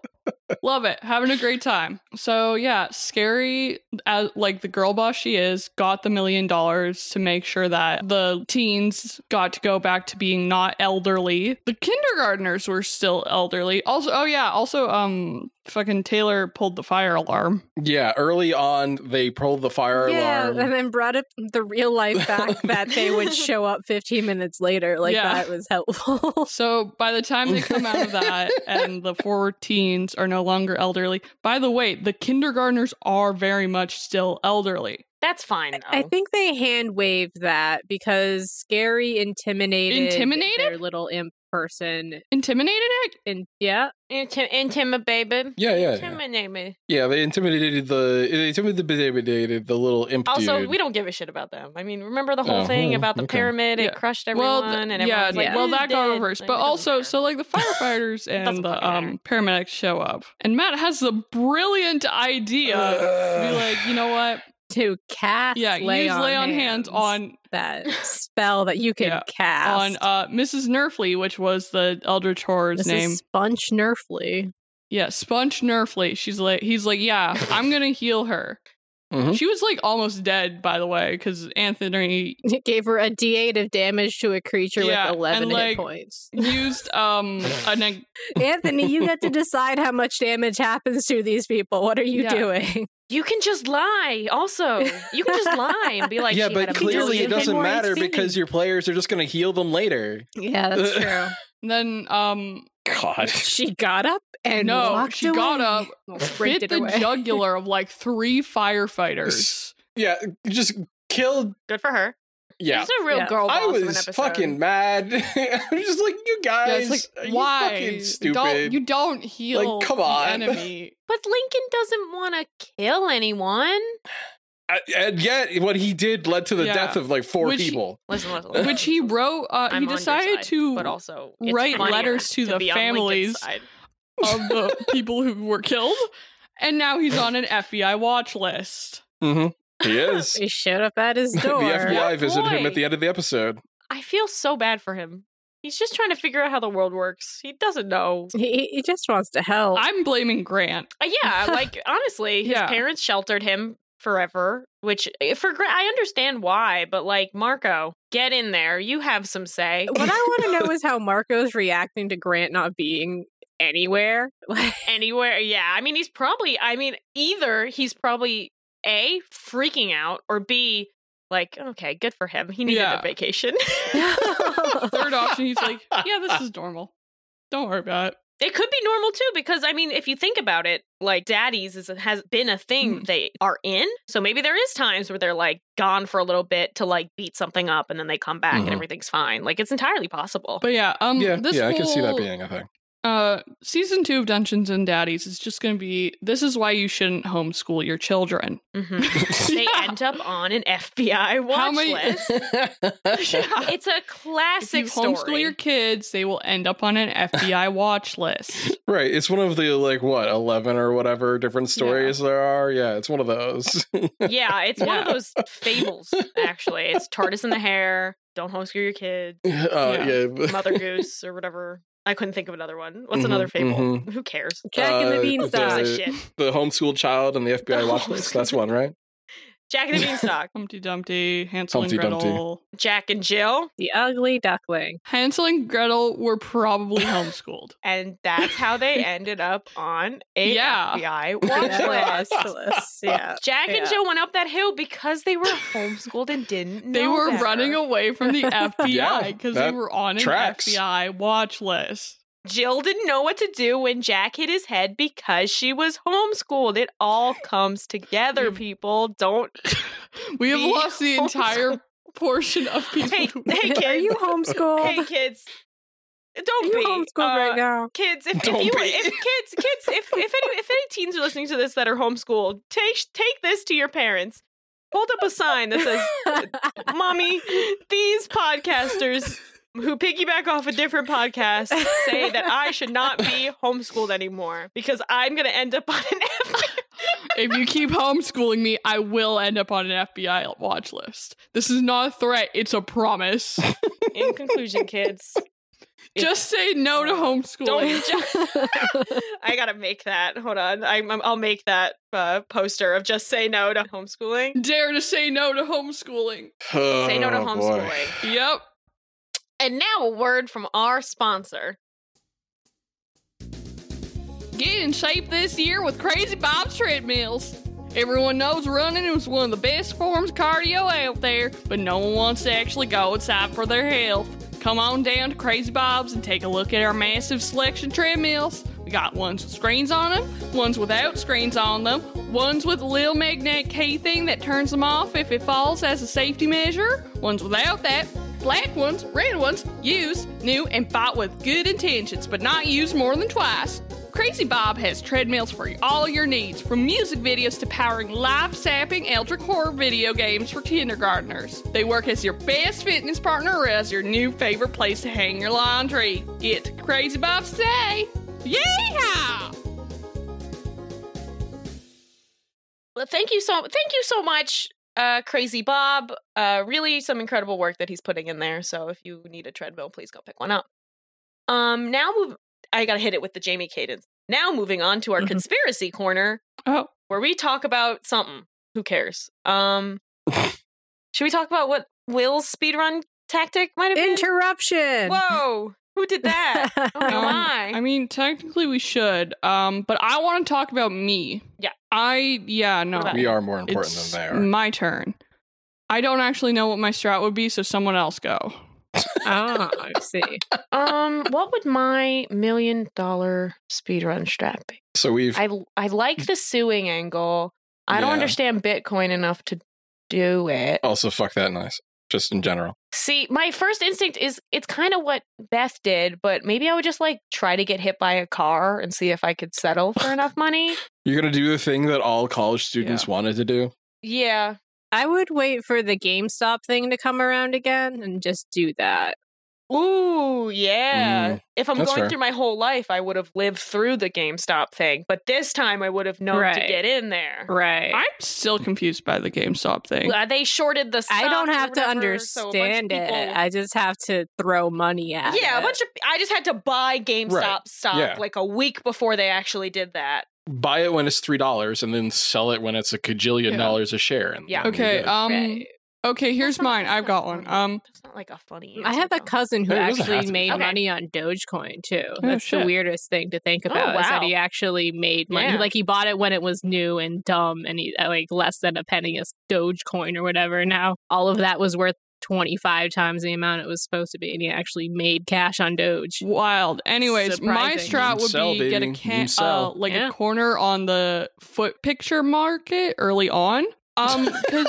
S1: love it, having a great time." So yeah, scary as like the girl boss she is, got the million dollars to make sure that the teens got to go back to being not elderly. The kindergartners were still elderly. Also, oh yeah, also um, fucking Taylor pulled the fire alarm.
S2: yeah, early on they pulled the fire
S4: <laughs> yeah.
S2: alarm. <laughs>
S4: And then brought up the real life fact that they would show up 15 minutes later. Like,
S1: Yeah.
S4: that was helpful. <laughs>
S1: So by the time they come out of that and the four teens are no longer elderly, by the way, the kindergartners are very much still elderly.
S3: That's fine. Though.
S4: I think they hand waved that because Scary intimidated,
S1: Intimidated?
S4: their little imp person.
S1: Intimidated it?
S4: And yeah,
S3: Intim- intimidate, baby.
S2: Yeah, yeah, yeah.
S3: Intimidate me.
S2: yeah, they intimidated the they intimidated the little imp
S3: Also,
S2: dude.
S3: we don't give a shit about them. I mean, remember the whole
S2: Oh,
S3: thing about the
S2: okay.
S3: pyramid?
S1: Yeah.
S3: It crushed everyone,
S1: Well, th-
S3: and everyone
S1: yeah,
S3: was like,
S1: well
S3: "Who's
S1: that got
S3: dead?"
S1: reversed.
S3: Like,
S1: But
S3: <laughs> it doesn't
S1: also,
S3: matter.
S1: so like the firefighters and
S3: Doesn't
S1: the
S3: fucking matter.
S1: um, paramedics show up, and Matt has the brilliant idea to be like, you know
S3: <sighs>
S1: what?
S4: to cast
S1: Yeah,
S4: lay
S1: use
S4: on
S1: lay on hands, on <laughs>
S4: that spell that you can
S1: Yeah, on
S4: cast
S1: uh, Mrs. Nerfley, which was the Eldritch Horror's
S4: this
S1: name.
S4: is Sponge Nerfly. <laughs>
S1: Yeah, Sponge Nerfly. She's like, he's like, yeah,
S3: <laughs>
S1: I'm gonna heal her.
S2: Mhm.
S1: She was like almost dead, by the way, because Anthony
S4: It gave her a D8 of damage to a creature
S1: Yeah,
S4: with
S1: and,
S4: 11
S1: like- <laughs>
S4: hit points.
S1: used um a neg-
S4: Anthony, you get to decide how much damage happens to these people. What are you
S1: Yeah. <laughs>
S4: doing?
S3: you can just lie. Also, you can just lie and be like,
S2: yeah,
S3: she
S2: but
S3: had a
S2: clearly
S3: million
S2: it doesn't
S3: hit
S2: matter
S3: points.
S2: because your players are just going to heal them later.
S4: Yeah,
S1: <laughs>
S4: that's true.
S1: then um
S2: God.
S4: she got up and
S1: No,
S4: walked
S1: she got
S4: away. <laughs>
S1: up,
S4: Almost
S1: hit
S4: raked it
S1: the
S2: <laughs>
S4: away.
S1: jugular of like three firefighters.
S2: <laughs> Yeah, just killed.
S3: Good for her.
S2: Yeah,
S3: She's a real
S4: Yeah.
S3: girl boss
S2: I
S3: of an
S2: was
S3: episode.
S2: fucking mad. <laughs> I'm just like, you
S1: Yeah, it's
S2: guys,
S1: like
S2: are
S1: why?
S2: you fucking
S1: You
S2: stupid.
S1: Don't, you don't heal
S2: Like, come
S1: the
S2: on. <laughs>
S1: enemy.
S3: But Lincoln doesn't want to kill anyone.
S2: I- and yet, what he did led to the
S1: Yeah.
S2: death of like four
S1: Which-
S2: people.
S3: Listen,
S1: <laughs>
S3: listen. listen,
S1: Which he
S3: listen.
S1: wrote. Uh,
S3: I'm
S1: he
S3: on your
S1: decided
S3: side,
S1: to
S3: but also it's
S1: write
S3: funnier
S1: letters to the
S3: be on Lincoln's
S1: families.
S3: side.
S1: of the
S3: <laughs>
S1: people who were killed, and now he's on an FBI watch list.
S2: Mm-hmm. He is.
S4: <laughs>
S1: <laughs>
S4: She showed up at his
S2: the
S4: door.
S2: FBI
S3: What
S2: visited him
S3: boy?
S2: at the end of the episode.
S3: I feel so bad for him. He's just trying to figure out how the world works. He doesn't know.
S4: He, he- he just wants to help.
S1: I'm blaming Grant.
S3: Uh,
S1: <laughs>
S3: yeah, like honestly, his
S1: Yeah.
S3: parents sheltered him forever, which eh, for gra- I understand why, but like Marco, get in there. You have some say.
S4: what I want to
S1: <laughs>
S4: know is how Marco's reacting to Grant not being anywhere. <laughs>
S1: <laughs>
S3: Anywhere. Yeah, I mean, he's probably I mean, either he's probably A freaking out or B like, okay, good for him. He needed
S1: Yeah.
S3: a vacation. <laughs>
S1: Third
S2: <laughs>
S1: option, he's like, yeah, this is normal. Don't worry about it.
S3: It could be normal too, because I mean, if you think about it, like daddies is, has been a thing
S1: Mhm.
S3: they are in. So maybe there is times where they're like gone for a little bit to like beat something up, and then they come back
S2: Mhm.
S3: and everything's fine. Like it's entirely possible.
S1: Mm-hmm. But yeah, um,
S2: yeah,
S1: this
S2: yeah, I can see that
S1: whole,
S2: being
S3: <laughs>
S2: a thing. <laughs>
S1: Uh, season two of Dungeons and Daddies is just going to be this is why you shouldn't homeschool your children. <laughs>
S3: Mhm. they
S1: Yeah.
S3: end up on an FBI watch
S1: many- <laughs>
S3: list.
S1: Yeah.
S3: It's
S1: If
S3: a
S1: you
S3: classic
S1: homeschool
S3: story.
S1: your kids, they will end up on an FBI watch list.
S2: Right. It's one of the like what eleven or whatever different stories there are. Yeah, it's one of those. <laughs> Uh,
S3: yeah, it's one of
S1: Yeah.
S3: those fables. Actually, it's Tardis in the hair. Don't homeschool your kid.
S2: Uh, yeah.
S1: <laughs>
S2: but-
S3: Mother Goose or whatever. I couldn't think of another one. What's
S2: Mhm,
S3: another
S1: Mm-hmm,
S3: fable?
S2: mhm.
S3: Who cares?
S4: Jack and
S2: Uh, <laughs>
S4: the
S2: the-
S3: Who gives
S1: <laughs>
S4: Beanstalk.
S3: a shit? <laughs>
S2: the homeschool child and the FBI
S3: The
S2: watch list. That's one, right?
S3: Jack and the Beanstalk,
S1: Humpty Dumpty, Hansel
S2: Humpty
S1: and
S2: Dumpty.
S1: Gretel.
S3: Jack and Jill,
S4: The ugly duckling.
S1: Hansel and Gretel were probably
S3: <laughs>
S1: homeschooled.
S3: and that's how they ended up on a
S1: Yeah. <laughs>
S3: FBI watch
S4: Yeah,
S3: list.
S4: <laughs> watchlist, Yeah.
S3: Jack and
S4: Yeah.
S3: Jill went up that hill because they were homeschooled and didn't.
S1: They
S3: know
S1: were
S3: better.
S1: running away from
S3: <laughs>
S1: the FBI
S2: Yeah,
S1: because they
S2: that
S1: were on an
S2: tracks.
S1: FBI watch list.
S3: Jill didn't know what to do when Jack hit his head because she was homeschooled. It all comes
S1: Mm.
S3: together, people. Don't
S1: We have
S3: The
S1: lost the entire
S3: <laughs>
S1: portion of people.
S3: hey,
S1: who-
S3: hey kids.
S4: <laughs> Are you homeschooled?
S3: hey kids.
S4: Are
S3: Don't
S4: you
S3: be
S4: homeschooled
S3: Uh,
S4: right now?
S3: <laughs> Kids, if, if
S2: Don't
S3: you
S2: be.
S3: if kids, kids, if
S2: <laughs>
S3: if any if any teens are listening to this that are homeschooled, take take this to your parents. Hold up a sign that says, "Mommy, these podcasters who piggyback off a different podcast say that I should not be homeschooled anymore because I'm going to end up on an F."
S4: <laughs>
S1: if you keep homeschooling me, I will end up on an FBI watch list. This is not a threat, it's a
S2: <laughs>
S1: promise.
S3: In conclusion, kids,
S1: Just say no to homeschooling.
S3: don't you ju- I gotta make that. Hold on, I, I'll make that uh, poster of just say no to homeschooling.
S1: dare to say no to homeschooling.
S3: <laughs> Say no to
S2: Oh, boy.
S3: homeschooling.
S1: Yep.
S3: And now a word from our sponsor.
S1: Get in shape this year with Crazy Bob's treadmills. Everyone knows running is one of the best forms of cardio out there, but no one wants to actually go outside for their health. Come on down to Crazy Bob's and take a look at our massive selection of treadmills. We got ones with screens on them, ones without screens on them, ones with a little magnetic key thing that turns them off if it falls as a safety measure, ones without that, black ones, red ones, used, new, and bought with good intentions but not used more than twice. Crazy Bob has treadmills for all your needs, from music videos to powering life sapping eldritch horror video games for kindergartners. They work as your best fitness partner or as your new favorite place to hang your laundry. Get to Crazy Bob today! Yeehaw!
S3: Well, thank you so thank you so much, uh, Crazy Bob. Uh, really, some incredible work that he's putting in there. So if you need a treadmill, please go pick one up. Um, now move. I gotta hit it with the Jamie cadence. Now moving on to our
S2: Mm-hmm.
S4: Mhm.
S3: conspiracy corner.
S1: Oh.
S3: where we talk about something. Who cares? Um, should we talk about what Will's speedrun tactic might have been?
S4: <laughs> Interruption.
S3: Whoa, who did
S4: <laughs>
S3: that? <laughs> Oh
S1: Um,
S3: my!
S1: I mean, technically we should, um, but I want to talk about me.
S3: Yeah.
S1: I, yeah, no.
S3: about
S2: We are more important
S1: It's
S2: than they are.
S1: my turn. I don't actually know what my strat would be, so someone else go.
S4: Oh, I see.
S3: Um, what would my million dollar speedrun strat be?
S2: so we've
S3: I I like the suing angle. I don't
S2: Yeah. Oh.
S3: understand Bitcoin enough to do it.
S2: also fuck that noise, just in general.
S3: See, my first instinct is it's kind of what Beth did, but maybe I would just like try to get hit by a car and see if I could settle for enough money.
S2: You're gonna do the thing that all college students wanted to do.
S3: Yeah.
S4: I would wait for the GameStop thing to come around again and just do that.
S3: Ooh, yeah.
S2: Mm,
S3: if I'm
S2: that's
S3: going
S2: fair.
S3: through my whole life, I would have lived through the GameStop thing, but this time I would have known to
S4: Right.
S3: get in there.
S4: Right.
S1: I'm still confused by the GameStop thing.
S3: Uh, they shorted the.
S4: I
S3: stock
S4: don't
S3: or
S4: have to
S3: whatever, so a bunch of
S4: understand it.
S3: people-
S4: I just have to throw money at
S3: yeah, a
S4: it.
S3: bunch of. I just had to buy GameStop
S2: Right.
S3: stock
S2: Yeah.
S3: like a week before they actually did that.
S2: Buy it when it's three dollars, and then sell it when it's a cajillion
S1: Yeah.
S2: dollars a share. And
S3: Yeah.
S2: then you're
S1: Okay,
S2: good.
S1: um
S4: Right.
S1: okay, here's
S3: That's not-
S1: mine.
S3: that's
S1: I've
S3: not
S1: got one.
S3: funny.
S1: Um
S3: That's not like a funny.
S4: I
S3: answer,
S4: have a
S3: though.
S4: cousin who
S2: It doesn't have to
S4: actually
S2: be.
S4: made
S3: Okay.
S4: money on Dogecoin too.
S1: Oh,
S4: That's
S1: shit.
S4: the weirdest thing to think
S3: Oh,
S4: about is that
S3: wow.
S4: he actually made money.
S3: Yeah.
S4: Like he bought it when it was new and dumb, and he at, like less than a penny is Dogecoin or whatever. Now all of that was worth twenty five times the amount it was supposed to be, and he actually made cash on Doge.
S1: wild. Anyways, my
S4: Surprising.
S1: strat would
S2: Sell,
S1: be get a
S2: baby.
S1: can uh,
S2: Sell.
S1: like
S4: Yeah.
S1: a corner on the foot picture market early on.
S4: <laughs>
S1: Um cuz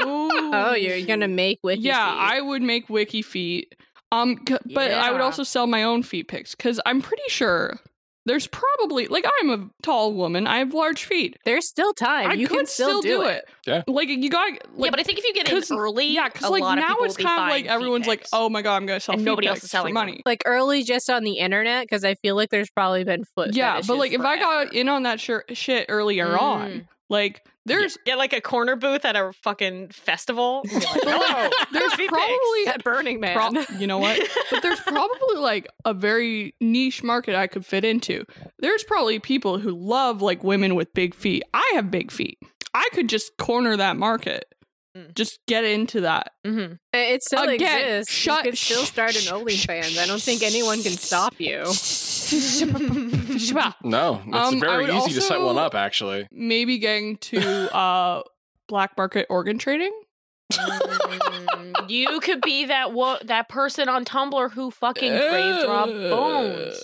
S4: Oh, you're gonna make with
S1: yeah, I would make wiki feet. Um, c- but I would
S3: Yeah.
S1: also sell my own feet pics because I'm pretty sure there's probably like I'm a tall woman. I have large feet.
S4: there's still time.
S1: I
S4: you
S1: could
S4: can still, do it.
S2: Yeah.
S1: Like you got.
S3: yeah,
S1: Like,
S3: but I think if you get
S1: 'cause-
S3: in early,
S1: yeah,
S3: a
S1: because like
S3: lot of
S1: now
S3: people
S1: it's
S3: will be
S1: kind of
S3: buying
S1: like
S3: feet
S1: everyone's like,
S3: pics.
S1: oh my god, I'm gonna sell
S3: And
S1: feet
S3: nobody else
S1: pics
S3: is
S1: for
S3: selling them.
S1: money.
S4: Like early, just on the internet, because I feel like there's probably been foot.
S1: yeah, but
S4: fetishes
S1: like if I got
S4: forever.
S3: Mm.
S1: in on that shir- shit earlier on, like There's
S6: Yeah, like a corner booth at a fucking festival. and be like,
S3: "Oh,
S6: "Hello,
S1: <laughs>
S3: <laughs>
S1: there's
S6: Phoenix."
S1: probably
S4: At Burning Man.
S1: Pro- you know what? But there's probably like a very niche market I could fit into. There's probably people who love like women with big feet. I have big feet. I could just corner that market.
S6: Mm.
S1: Just get into
S3: <laughs>
S1: that.
S3: Mm-hmm.
S6: Mhm.
S4: It still
S1: Again,
S4: exists.
S1: shut-
S4: you could still start an OnlyFans. I don't think anyone can stop you.
S2: No, it's
S1: Um, I
S2: very
S1: would
S2: easy to set one
S1: also-
S2: up, actually.
S1: Maybe getting to uh black market organ
S3: <laughs>
S1: trading.
S3: Mm, you could be that wo- that person on Tumblr who fucking craves raw
S1: Uh, <laughs>
S3: bones.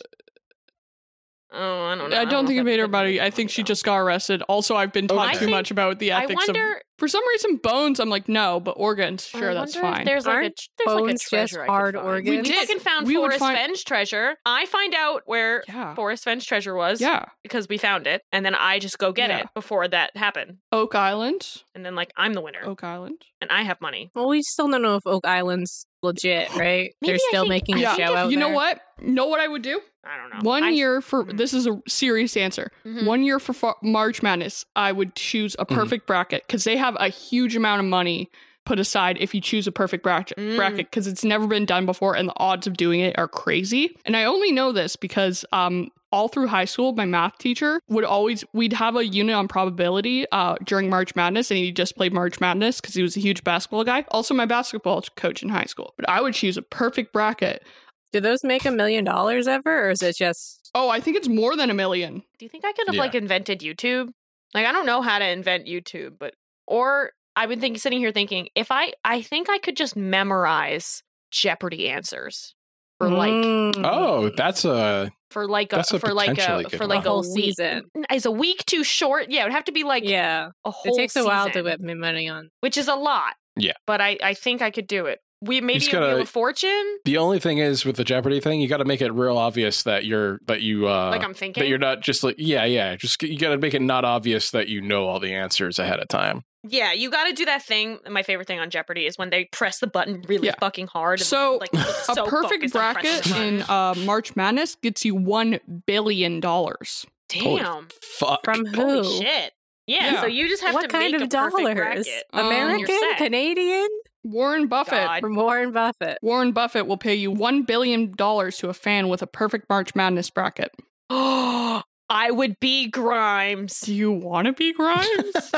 S3: Oh, I don't know.
S1: I don't think it made
S3: if
S1: her
S3: that's
S1: body.
S3: good.
S1: I think she just got arrested. Also, I've been taught
S2: Okay.
S1: too
S3: I think-
S1: much about the
S3: I
S1: ethics of.
S3: wonder.
S1: For some reason, bones. I'm like no, but organs.
S3: I
S1: Sure, that's
S3: wonder if
S1: fine.
S3: There's like a,
S4: Aren't
S3: tr- there's like a
S4: bones just
S3: treasure. I could
S4: hard
S3: find.
S4: organs?
S3: We
S1: We
S3: did.
S1: did.
S3: fucking found
S1: We would
S3: Forrest
S1: find-
S3: Fenn's treasure. I find out where
S1: Yeah.
S3: Forrest Fenn's treasure was
S1: Yeah.
S3: because we found it, and then I just go get
S1: Yeah.
S3: it before that happened,
S1: Oak Island.
S3: and then like I'm the winner,
S1: Oak Island.
S3: and I have money.
S4: Well, we still don't know if Oak Island's legit, right?
S3: Maybe
S4: They're
S3: I
S4: still
S3: think-
S4: making a
S3: I think
S4: show
S3: if-
S4: out
S1: you know
S4: there.
S1: what? Know what I would do?
S3: I don't know.
S1: One
S3: I-
S1: year for
S3: Mhm.
S1: this is a serious answer.
S3: Mhm.
S1: One year for Fa- March Madness, I would choose a
S2: Mhm.
S1: perfect bracket because they have a huge amount of money put aside if you choose a perfect bracket
S3: Mm.
S1: bracket because it's never been done before and the odds of doing it are crazy. And I only know this because um all through high school my math teacher would always we'd have a unit on probability uh during March Madness and he just played March Madness because he was a huge basketball guy. Also my basketball coach in high school. But I would choose a perfect bracket.
S4: Do those make a million dollars ever, or is it just?
S1: Oh, I think it's more than a million.
S3: Do you think I could have
S2: Yeah.
S3: like invented YouTube? Like I don't know how to invent YouTube, but or I've been thinking sitting here thinking if I I think I could just memorize Jeopardy answers for like
S4: Mm,
S2: Oh, that's a
S3: for like a,
S2: That's a
S3: for like
S2: potentially
S3: a
S2: good
S3: for
S2: one.
S3: like
S4: a
S3: a
S4: whole
S3: week.
S4: season.
S3: Is a week too short? Yeah, it would have to be like
S4: yeah,
S3: a whole.
S4: it takes a while to
S3: season,
S4: whip me money on.
S3: which is a lot.
S2: Yeah.
S3: but I I think I could do it. We maybe
S2: just
S3: a Wheel
S2: gotta-
S3: of Fortune.
S2: the only thing is with the Jeopardy thing, you got to make it real obvious that you're that you uh
S3: like I'm thinking.
S2: that you're not just like yeah yeah just you got to make it not obvious that you know all the answers ahead of time.
S3: yeah, you got to do that thing. My favorite thing on Jeopardy is when they press the button really
S1: Yeah.
S3: fucking hard. and,
S1: So,
S3: <laughs> like,
S1: A
S3: so
S1: perfect
S3: focused on pressing the
S1: bracket
S3: button.
S1: in uh, March Madness gets you one billion dollars.
S2: Holy
S3: Damn.
S2: Fuck.
S4: From who?
S3: Holy shit. Yeah,
S1: Yeah.
S3: so you just have
S4: What
S3: to
S4: kind
S3: make
S4: of
S3: a perfect
S4: dollars?
S3: bracket.
S1: Um,
S4: American,
S3: you're set.
S4: Canadian,
S1: Warren Buffett.
S3: God.
S4: from Warren Buffett.
S1: Warren Buffett will pay you one billion dollars to a fan with a perfect March Madness bracket.
S3: <gasps> I would be Grimes.
S1: Do you want to be <laughs>
S2: <laughs>
S1: Grimes?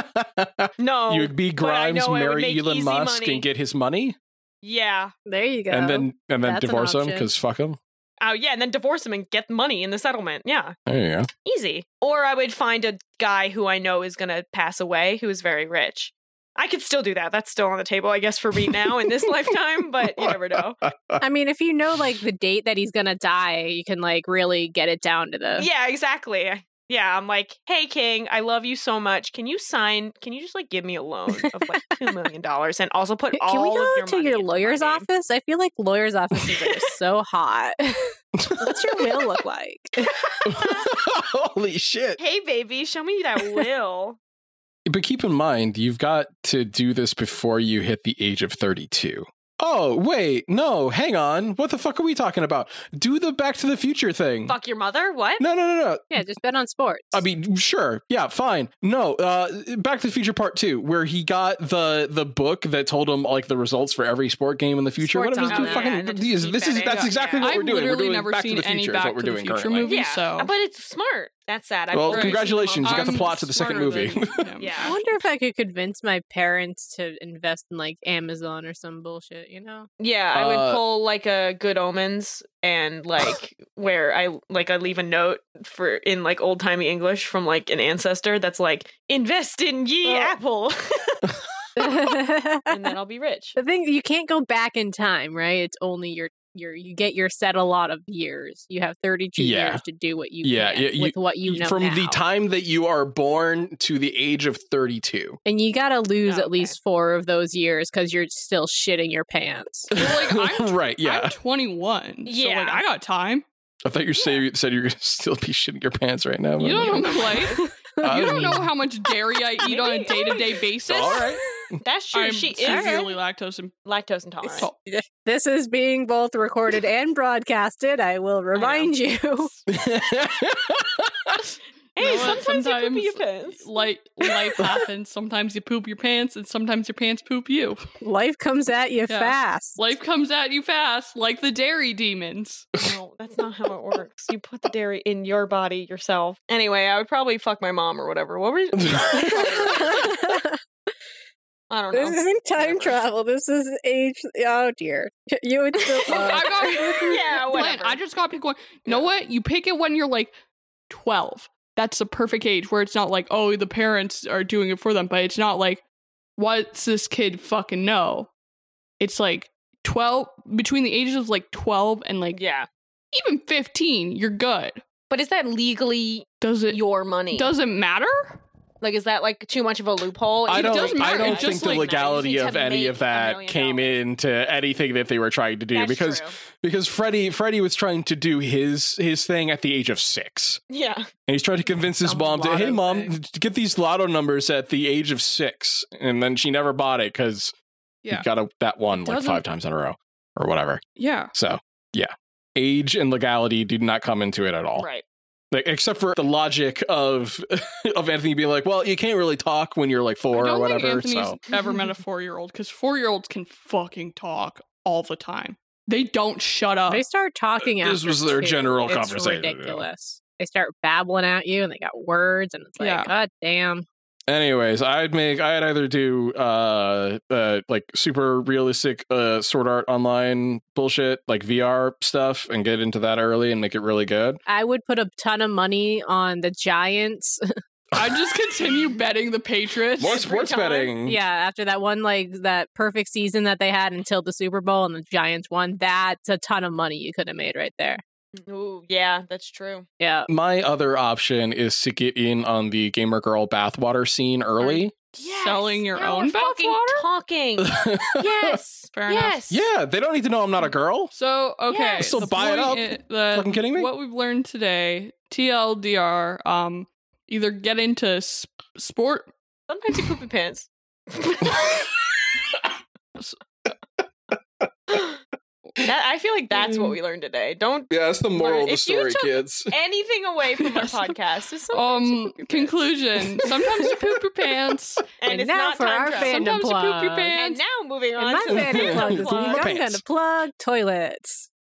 S3: No.
S2: You'd be
S3: Oh, but I
S2: Grimes,
S3: know I would
S2: marry
S3: make
S2: Elon
S3: easy
S2: Musk,
S3: money.
S2: and get his money,
S3: yeah.
S4: There you go.
S2: and then and then
S4: That's an
S2: divorce him
S4: option.
S2: because fuck him.
S3: Oh, yeah, and then divorce him and get money in the settlement. Yeah.
S2: There you go.
S3: Easy. Or I would find a guy who I know is going to pass away who is very rich. I could still do that. That's still on the table, I guess, for me now in
S4: <laughs>
S3: this lifetime, but you never know.
S4: I mean, if you know like the date that he's gonna die, you can like really get it down to the.
S3: Yeah, exactly. Yeah, I'm like, hey, King, I love you so much. Can you sign? Can you just like give me a loan of like two million dollars and also put all
S4: Can we
S3: of
S4: go
S3: your
S4: to
S3: money
S4: your
S3: into my
S4: lawyer's
S3: name?
S4: office? I feel like lawyers' offices are so hot. <laughs> What's your will look like?
S3: <laughs>
S2: <laughs> Holy shit.
S3: Hey, baby, show me that will.
S2: But keep in mind, you've got to do this before you hit the age of 32. Oh, wait, no, hang on. What the fuck are we talking about? Do the Back to the Future thing.
S3: Fuck your mother. What?
S2: No, no, no, no.
S4: Yeah, just bet on sports.
S2: I mean, sure. Yeah, fine. No, uh Back to the Future Part 2 where he got the the book that told him like the results for every sport game in the future.
S4: Sports
S2: Whatever this
S3: on
S2: dude
S3: it. Yeah,
S2: fucking
S3: and then just
S2: this
S3: keep
S2: is
S3: at it.
S2: that's
S3: Yeah.
S2: exactly what
S1: I've
S2: we're doing. We're
S1: literally
S2: doing
S1: never
S2: Back
S1: seen
S2: to the
S1: any
S2: Future is
S1: Back
S2: what we're
S1: to the
S2: doing
S1: Future
S2: currently.
S1: movie.
S3: Yeah,
S1: so-
S3: but it's smart. That's sad. I
S2: Well,
S3: prefer it.
S2: congratulations, you got the
S1: I'm
S2: plot to the second
S1: smarter
S2: movie.
S1: than
S2: <laughs>
S1: him.
S3: Yeah.
S4: I wonder if I could convince my parents to invest in like Amazon or some bullshit, you <laughs> know?
S3: Yeah, I would
S2: Uh,
S3: pull like a good omens and like where I like I leave a note for in like old timey English from like an ancestor that's like invest in ye
S4: Oh.
S3: apple and
S4: the
S3: then I'll be rich.
S4: thing you can't go back in time, right? It's only your your you get your set a lot of years. You have 32
S2: Yeah.
S4: years to do what you
S2: Yeah,
S4: can
S2: yeah, you-
S4: with what you know
S2: From the
S4: now.
S2: time that you are born to the age of 32.
S4: and you got to lose
S3: Oh,
S4: at
S3: okay.
S4: least 4 of those years cuz you're still shitting your pants.
S1: Well,
S2: <laughs>
S1: like, I'm-
S2: right, yeah.
S1: I'm 21. So,
S3: Yeah.
S1: like, I got time.
S2: I thought you say, said you're going to <laughs> still be shitting your pants right now.
S1: You
S2: but-
S1: don't know my life.
S4: <laughs>
S1: You
S2: Um,
S1: don't know how much dairy I eat on a
S3: Maybe.
S1: day to day basis.
S2: All right.
S3: That's true.
S1: I'm
S3: she is
S1: severely lactose and
S3: lactose intolerant.
S1: So-
S4: This is being
S2: <laughs>
S4: both recorded and broadcasted. I will remind you.
S3: Hey,
S1: You know what?
S3: sometimes, you poop your pants.
S1: Like
S2: <laughs>
S1: life happens. Sometimes you poop your pants, and sometimes your pants poop you.
S4: Life comes at you
S1: Yeah.
S4: fast. <laughs>
S1: Life comes at you fast, like the dairy demons.
S3: No, that's not how it works. You put the dairy in your body yourself. Anyway, I would probably fuck my mom or whatever. What were you?
S2: <laughs>
S3: I don't
S4: this
S3: know. <laughs>
S4: isn't time
S3: Whatever.
S4: travel. This is age. Oh dear, <laughs> you would
S2: <laughs>
S4: still.
S1: I
S4: <laughs>
S3: Uh,
S1: got-
S3: <laughs>
S1: Glenn,
S3: yeah, whatever.
S1: I just got picked one. You know what? You pick it when you're like 12. That's the perfect age where it's not like, oh, the parents are doing it for them, but it's not like, what's this kid fucking know? It's like 12, between the ages of like 12 and like
S3: yeah,
S1: even 15, you're good.
S3: but is that legally
S1: Does it,
S3: your money?
S1: does it matter?
S3: like, is that like too much of a loophole?
S2: I
S1: It
S2: don't.
S1: doesn't
S2: I
S1: matter.
S2: don't
S1: It's
S2: think
S1: just
S2: the
S1: like-
S2: legality
S3: You need
S2: of
S3: to
S2: any
S3: make
S2: of
S3: a
S2: that
S3: million
S2: came
S3: dollars.
S2: into anything that they were trying to do
S3: That's
S2: because
S3: true.
S2: because Freddie Freddie was trying to do his his thing at the age of six.
S3: yeah,
S2: And he's trying to convince his
S1: Some
S2: mom to,
S1: lotto
S2: hey, mom,
S1: thing.
S2: d- get these lotto numbers at the age of six. And then she never bought it because
S1: Yeah.
S2: he got a, that one like
S1: doesn't-
S2: five times in a row or whatever.
S1: Yeah.
S2: So, yeah. Age and legality did not come into it at all,
S3: right.
S2: Like, except for the logic of <laughs> of Anthony being like, well, you can't really talk when you're like four
S1: I
S2: or
S1: don't
S2: whatever.
S1: think
S2: So,
S1: Anthony's ever met a four year old because four year olds can fucking talk all the time. They don't shut up.
S4: They start talking.
S2: This
S4: after
S2: was their
S4: two.
S2: general
S4: It's
S2: conversation, yeah.
S4: Ridiculous. They start babbling at you, and they got words, and it's like,
S1: Yeah.
S4: God damn.
S2: anyways, I'd make, I'd either do uh, uh like super realistic uh sword art online bullshit, like VR stuff, and get into that early and make it really good.
S4: I would put a ton of money on the Giants.
S1: I just continue betting the Patriots.
S2: More
S3: Every
S2: sports
S3: time.
S2: betting.
S4: yeah, after that one, like that perfect season that they had until the Super Bowl, and the Giants won. That's a ton of money you could have made right there.
S3: Ooh, yeah, that's true.
S4: Yeah.
S2: My other option is to get in on the gamer girl bathwater scene early.
S1: Selling your
S3: now
S1: own
S3: we're fucking
S1: bathwater?
S3: <laughs> Talking. yes.
S1: Fair enough.
S3: yes.
S2: <laughs> yeah, they don't need to know I'm not a girl.
S1: So okay,
S3: Yeah.
S2: So buy it
S1: point
S2: up.
S1: i- the-
S2: Fucking kidding me?
S1: What we've learned today, TLDR, um, either get into sp- sport.
S3: Sometimes you poop your pants. that, I feel like that's
S4: Mm.
S3: what we learned today. Don't
S2: Yeah, that's the
S3: moral of the If you story, took-
S2: kids.
S3: anything away from
S4: <laughs>
S1: Yes.
S3: our podcast. It's sometimes you
S1: Um,
S3: poop your pants.
S2: <laughs>
S1: conclusion. Sometimes you poop your pants.
S3: and,
S4: And
S3: it's
S4: now
S3: not
S4: for
S3: time
S4: our
S3: travel.
S4: fandom
S1: Sometimes you poop your
S4: plug.
S3: And
S1: pants.
S3: now moving on
S4: <laughs> And my
S3: to the
S4: fan
S2: fandom
S4: plug this week,
S2: Plug.
S4: I'm going to plug toilets.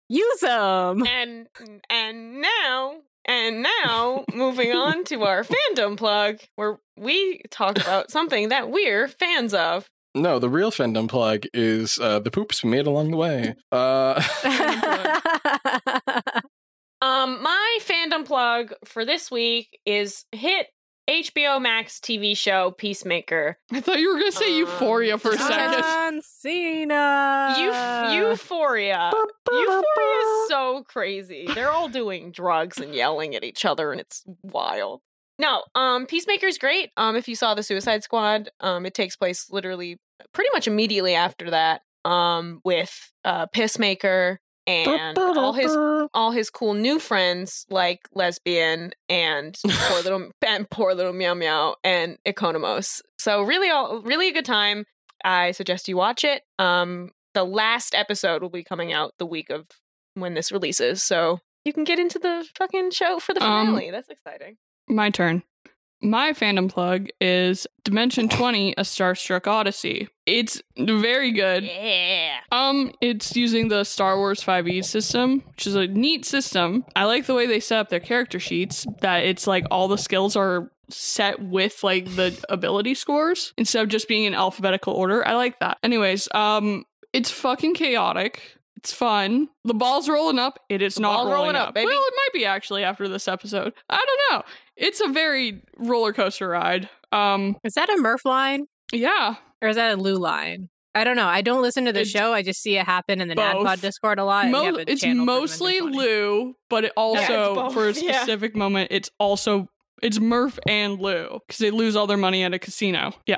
S1: <laughs>
S4: Use them.
S3: and and now and now moving on to
S4: <laughs>
S3: our fandom plug where we talk about something that we're fans of.
S2: No, the real fandom plug is uh, the poops we made along
S3: <laughs>
S2: the way. Uh, <laughs>
S4: <laughs>
S3: Um my fandom plug for this week is hit HBO Max TV show Peacemaker.
S1: I thought you were gonna say
S3: Um,
S1: euphoria for a second.
S2: Uh,
S4: John Cena. Uh.
S3: Euph- euphoria. Euphoria is so crazy. They're all doing drugs and yelling at each other, and it's wild. No, um, Peacemaker's great. Um, if you saw the Suicide Squad, um, it takes place literally pretty much immediately after that. Um, with uh, Pissmaker and all his all his cool new friends like lesbian
S1: <laughs>
S3: and poor little and poor little meow meow and economos so really all really a good time i suggest you watch it um the last episode will be coming out the week of when this releases so you can get into the fucking show for the
S1: Um,
S3: finale that's exciting
S1: My turn. My fandom plug is
S2: <sighs>
S1: Dimension 20, A Starstruck Odyssey. It's very good.
S3: yeah
S1: Um, it's using the Star Wars 5e system, which is a neat system. I like the way they set up their character sheets, that it's like all the skills are set with like the ability scores instead of just being in alphabetical order. I like that. Anyways, um, it's fucking chaotic. It's fun. The ball's rolling up. It is
S3: The
S1: not
S3: ball's
S1: rolling,
S3: rolling up,
S1: up.
S3: baby.
S1: Well, it might be actually after this episode. I don't know. It's a very roller coaster ride. Um,
S4: Is that a Murph line
S1: yeah.
S4: or is that a Lou line? I don't know. I don't listen to the
S1: It's
S4: show. I just see it happen in the
S1: both.
S4: NADPOD Discord a lot. and we
S1: Mo-
S4: have a
S1: it's
S4: channel for
S1: mostly
S4: Dimension 20.
S1: Lou, but it also
S3: both,
S1: for a
S3: yeah.
S1: specific moment, it's also it's Murph and Lou because they lose all their money at a casino. Yeah,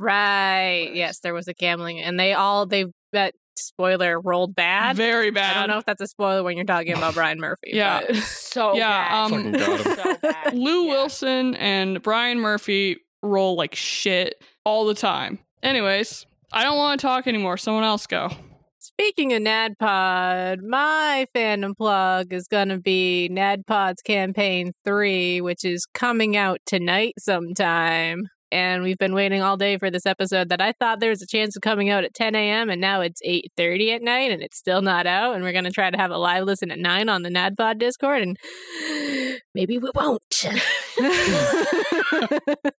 S4: Right. Yes, there was a gambling, and they all they that spoiler rolled bad.
S1: very bad.
S4: I don't know if that's a spoiler when you're talking
S1: <laughs>
S4: about Brian Murphy.
S1: Yeah.
S4: but- <laughs>
S3: so
S1: Yeah,
S3: bad.
S1: um,
S2: Fucking got
S3: <laughs> so bad.
S1: Lou
S3: Yeah.
S1: Wilson and Brian Murphy roll like shit all the time. Anyways, I don't want to talk anymore. Someone else go.
S4: Speaking of NADPOD, my fandom plug is going to be NADPOD's Campaign 3, which is coming out tonight sometime. And we've been waiting all day for this episode that I thought there was a chance of coming out at 10 a.m. and now it's 8.30 at night and it's still not out. And we're going to try to have a live listen at 9 on the NADPOD Discord and <gasps> maybe we won't.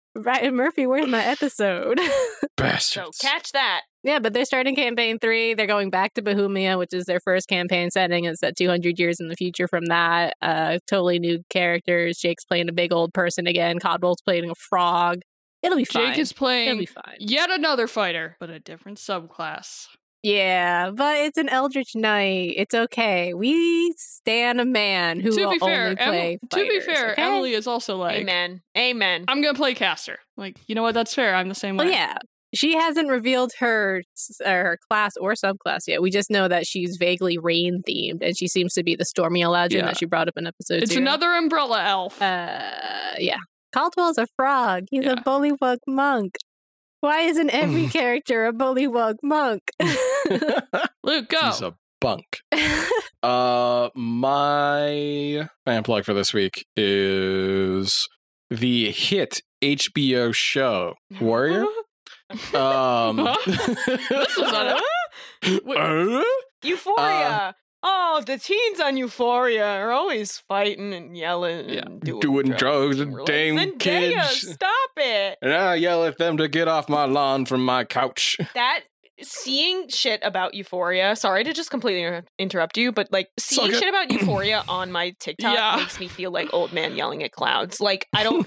S4: <laughs> Ryan Murphy, where's my episode?
S3: So
S2: Bastards. <laughs>
S3: catch that.
S4: Yeah, but they're starting campaign three. They're going back to Bohemia, which is their first campaign setting. It's set 200 years in the future from that. Uh, totally new characters. Jake's playing a big old person again. Codwell's playing a frog. It'll be fine.
S1: Jake is
S4: It'll be
S1: playing
S4: fine.
S1: yet another fighter, but a different subclass.
S4: Yeah, but it's an Eldritch Knight. It's okay. We stand a man who
S1: to
S4: will
S1: be fair, Em-
S4: only play
S1: to be
S4: fighters,
S1: fair,
S4: okay?
S1: Emily is also like,
S3: Amen. Amen.
S1: I'm gonna play caster. Like, you know what? That's fair. I'm the same
S4: Well,
S1: way.
S4: Oh, yeah. She hasn't revealed her s- or her class or subclass yet. We just know that she's vaguely rain themed, and she seems to be the Stormia legend
S1: Yeah.
S4: that she brought up in episode.
S1: It's
S4: zero.
S1: another umbrella elf.
S4: Uh, yeah. Caldwell's a frog. He's
S1: Yeah.
S4: a bullywug monk. Why isn't every character a bullywug monk?
S1: Luke, go.
S2: He's a bunk. Uh, my fan plug for this week is the hit HBO show
S3: <laughs>
S2: Warrior. Um,
S1: this was
S2: <laughs>
S1: on a- Wait,
S2: Uh?
S3: Euphoria. oh, the teens on Euphoria are always fighting and yelling
S1: Yeah.
S3: and doing,
S2: doing, drugs and
S3: We're
S2: dang
S3: like,
S1: <laughs>
S2: kids.
S3: Zendaya, stop it.
S2: And I yell at them to get off my lawn from my couch.
S3: That seeing shit about Euphoria. Sorry to just completely inter- interrupt you, but like
S2: all
S3: seeing
S2: good.
S1: <clears throat>
S3: shit about Euphoria on my TikTok
S1: Yeah.
S3: makes me feel like old man yelling at clouds. Like I don't,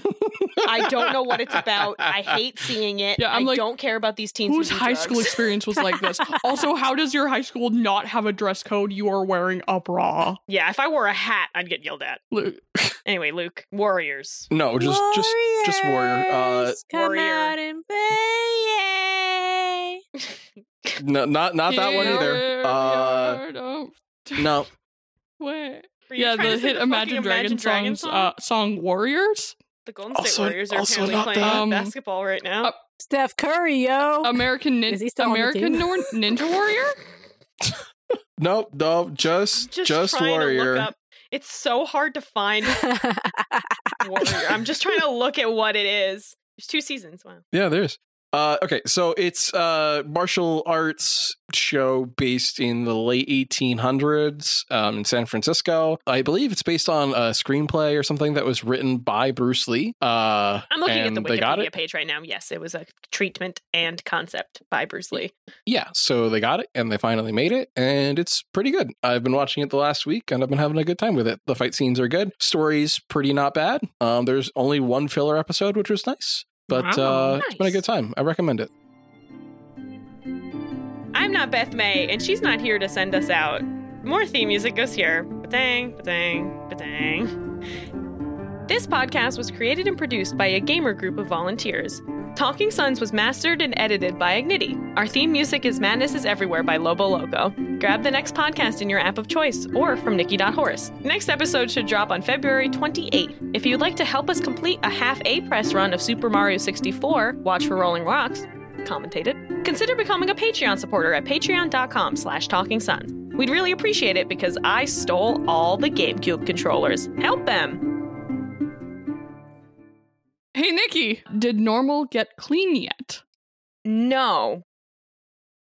S3: I don't know
S2: <laughs>
S3: what it's about. I hate seeing it.
S1: Yeah, I'm
S3: I
S1: like,
S3: don't care about these teens. who
S1: Whose
S3: do
S1: high
S3: drugs.
S1: school experience was like
S3: <laughs>
S1: this? Also, how does your high school not have a dress code? You are wearing a bra.
S3: Yeah, if I wore a hat, I'd get yelled at.
S1: Luke,
S3: Anyway, Luke, Warriors. <laughs>
S2: No, just just just warrior. Uh,
S4: Warriors, come
S3: Warrior.
S4: out and play.
S2: no, not not that one either.
S1: Here
S2: Uh,
S1: we are, don't
S2: no,
S1: wait.
S3: Were you
S1: Yeah,
S3: trying to
S1: the
S3: say
S1: hit
S3: the
S1: Imagine
S3: fucking
S1: Dragon
S3: Dragon
S1: songs, uh, song Warriors.
S3: the Golden State
S2: Also-
S3: Warriors are
S2: also
S3: apparently
S2: not
S3: playing
S1: that.
S3: basketball right now.
S1: Uh,
S4: Steph Curry, yo.
S1: American
S4: Is
S1: Nin-
S4: he still on the
S1: American
S4: team?
S1: Nor- Ninja Warrior.
S2: no, no, just just,
S3: trying To
S2: warrior.
S3: look up. It's so hard to
S2: <laughs>
S3: find
S4: <laughs>
S3: Warrior. I'm just trying to look at what it is. There's two seasons. Wow.
S2: Yeah, there's. Uh, okay, so it's a martial arts show based in the late 1800s um, in San Francisco. I believe it's based on a screenplay or something that was written by Bruce Lee. Uh,
S3: I'm looking at
S2: and
S3: the
S2: they got it.
S3: Wikipedia page right now. Yes, it was a treatment and concept by Bruce Lee.
S2: Yeah, so they got it and they finally made it, and it's pretty good. I've been watching it the last week and I've been having a good time with it. The fight scenes are good, story's pretty not bad. Um, there's only one filler episode, which was nice, but
S3: Wow,
S2: uh, it's been a
S3: nice.
S2: good time. I recommend it.
S3: I'm not Beth May, and she's not here to send us out. More theme music goes here. Ba-dang, ba-dang, ba-dang. This podcast was created and produced by a gamer group of volunteers. Talking Sons was mastered and edited by Ignity. Our theme music is Madness is Everywhere by Lobo Loco. Grab the next podcast in your app of choice or from Nikki.Horse. Next episode should drop on February 28th. If you'd like to help us complete a half A press run of Super Mario 64, watch for Rolling Rocks, commentated, consider becoming a Patreon supporter at patreon.com slash talking sons. We'd really appreciate it because I stole all the GameCube controllers. Help them!
S1: Hey Nikki, did normal get clean yet?
S3: No,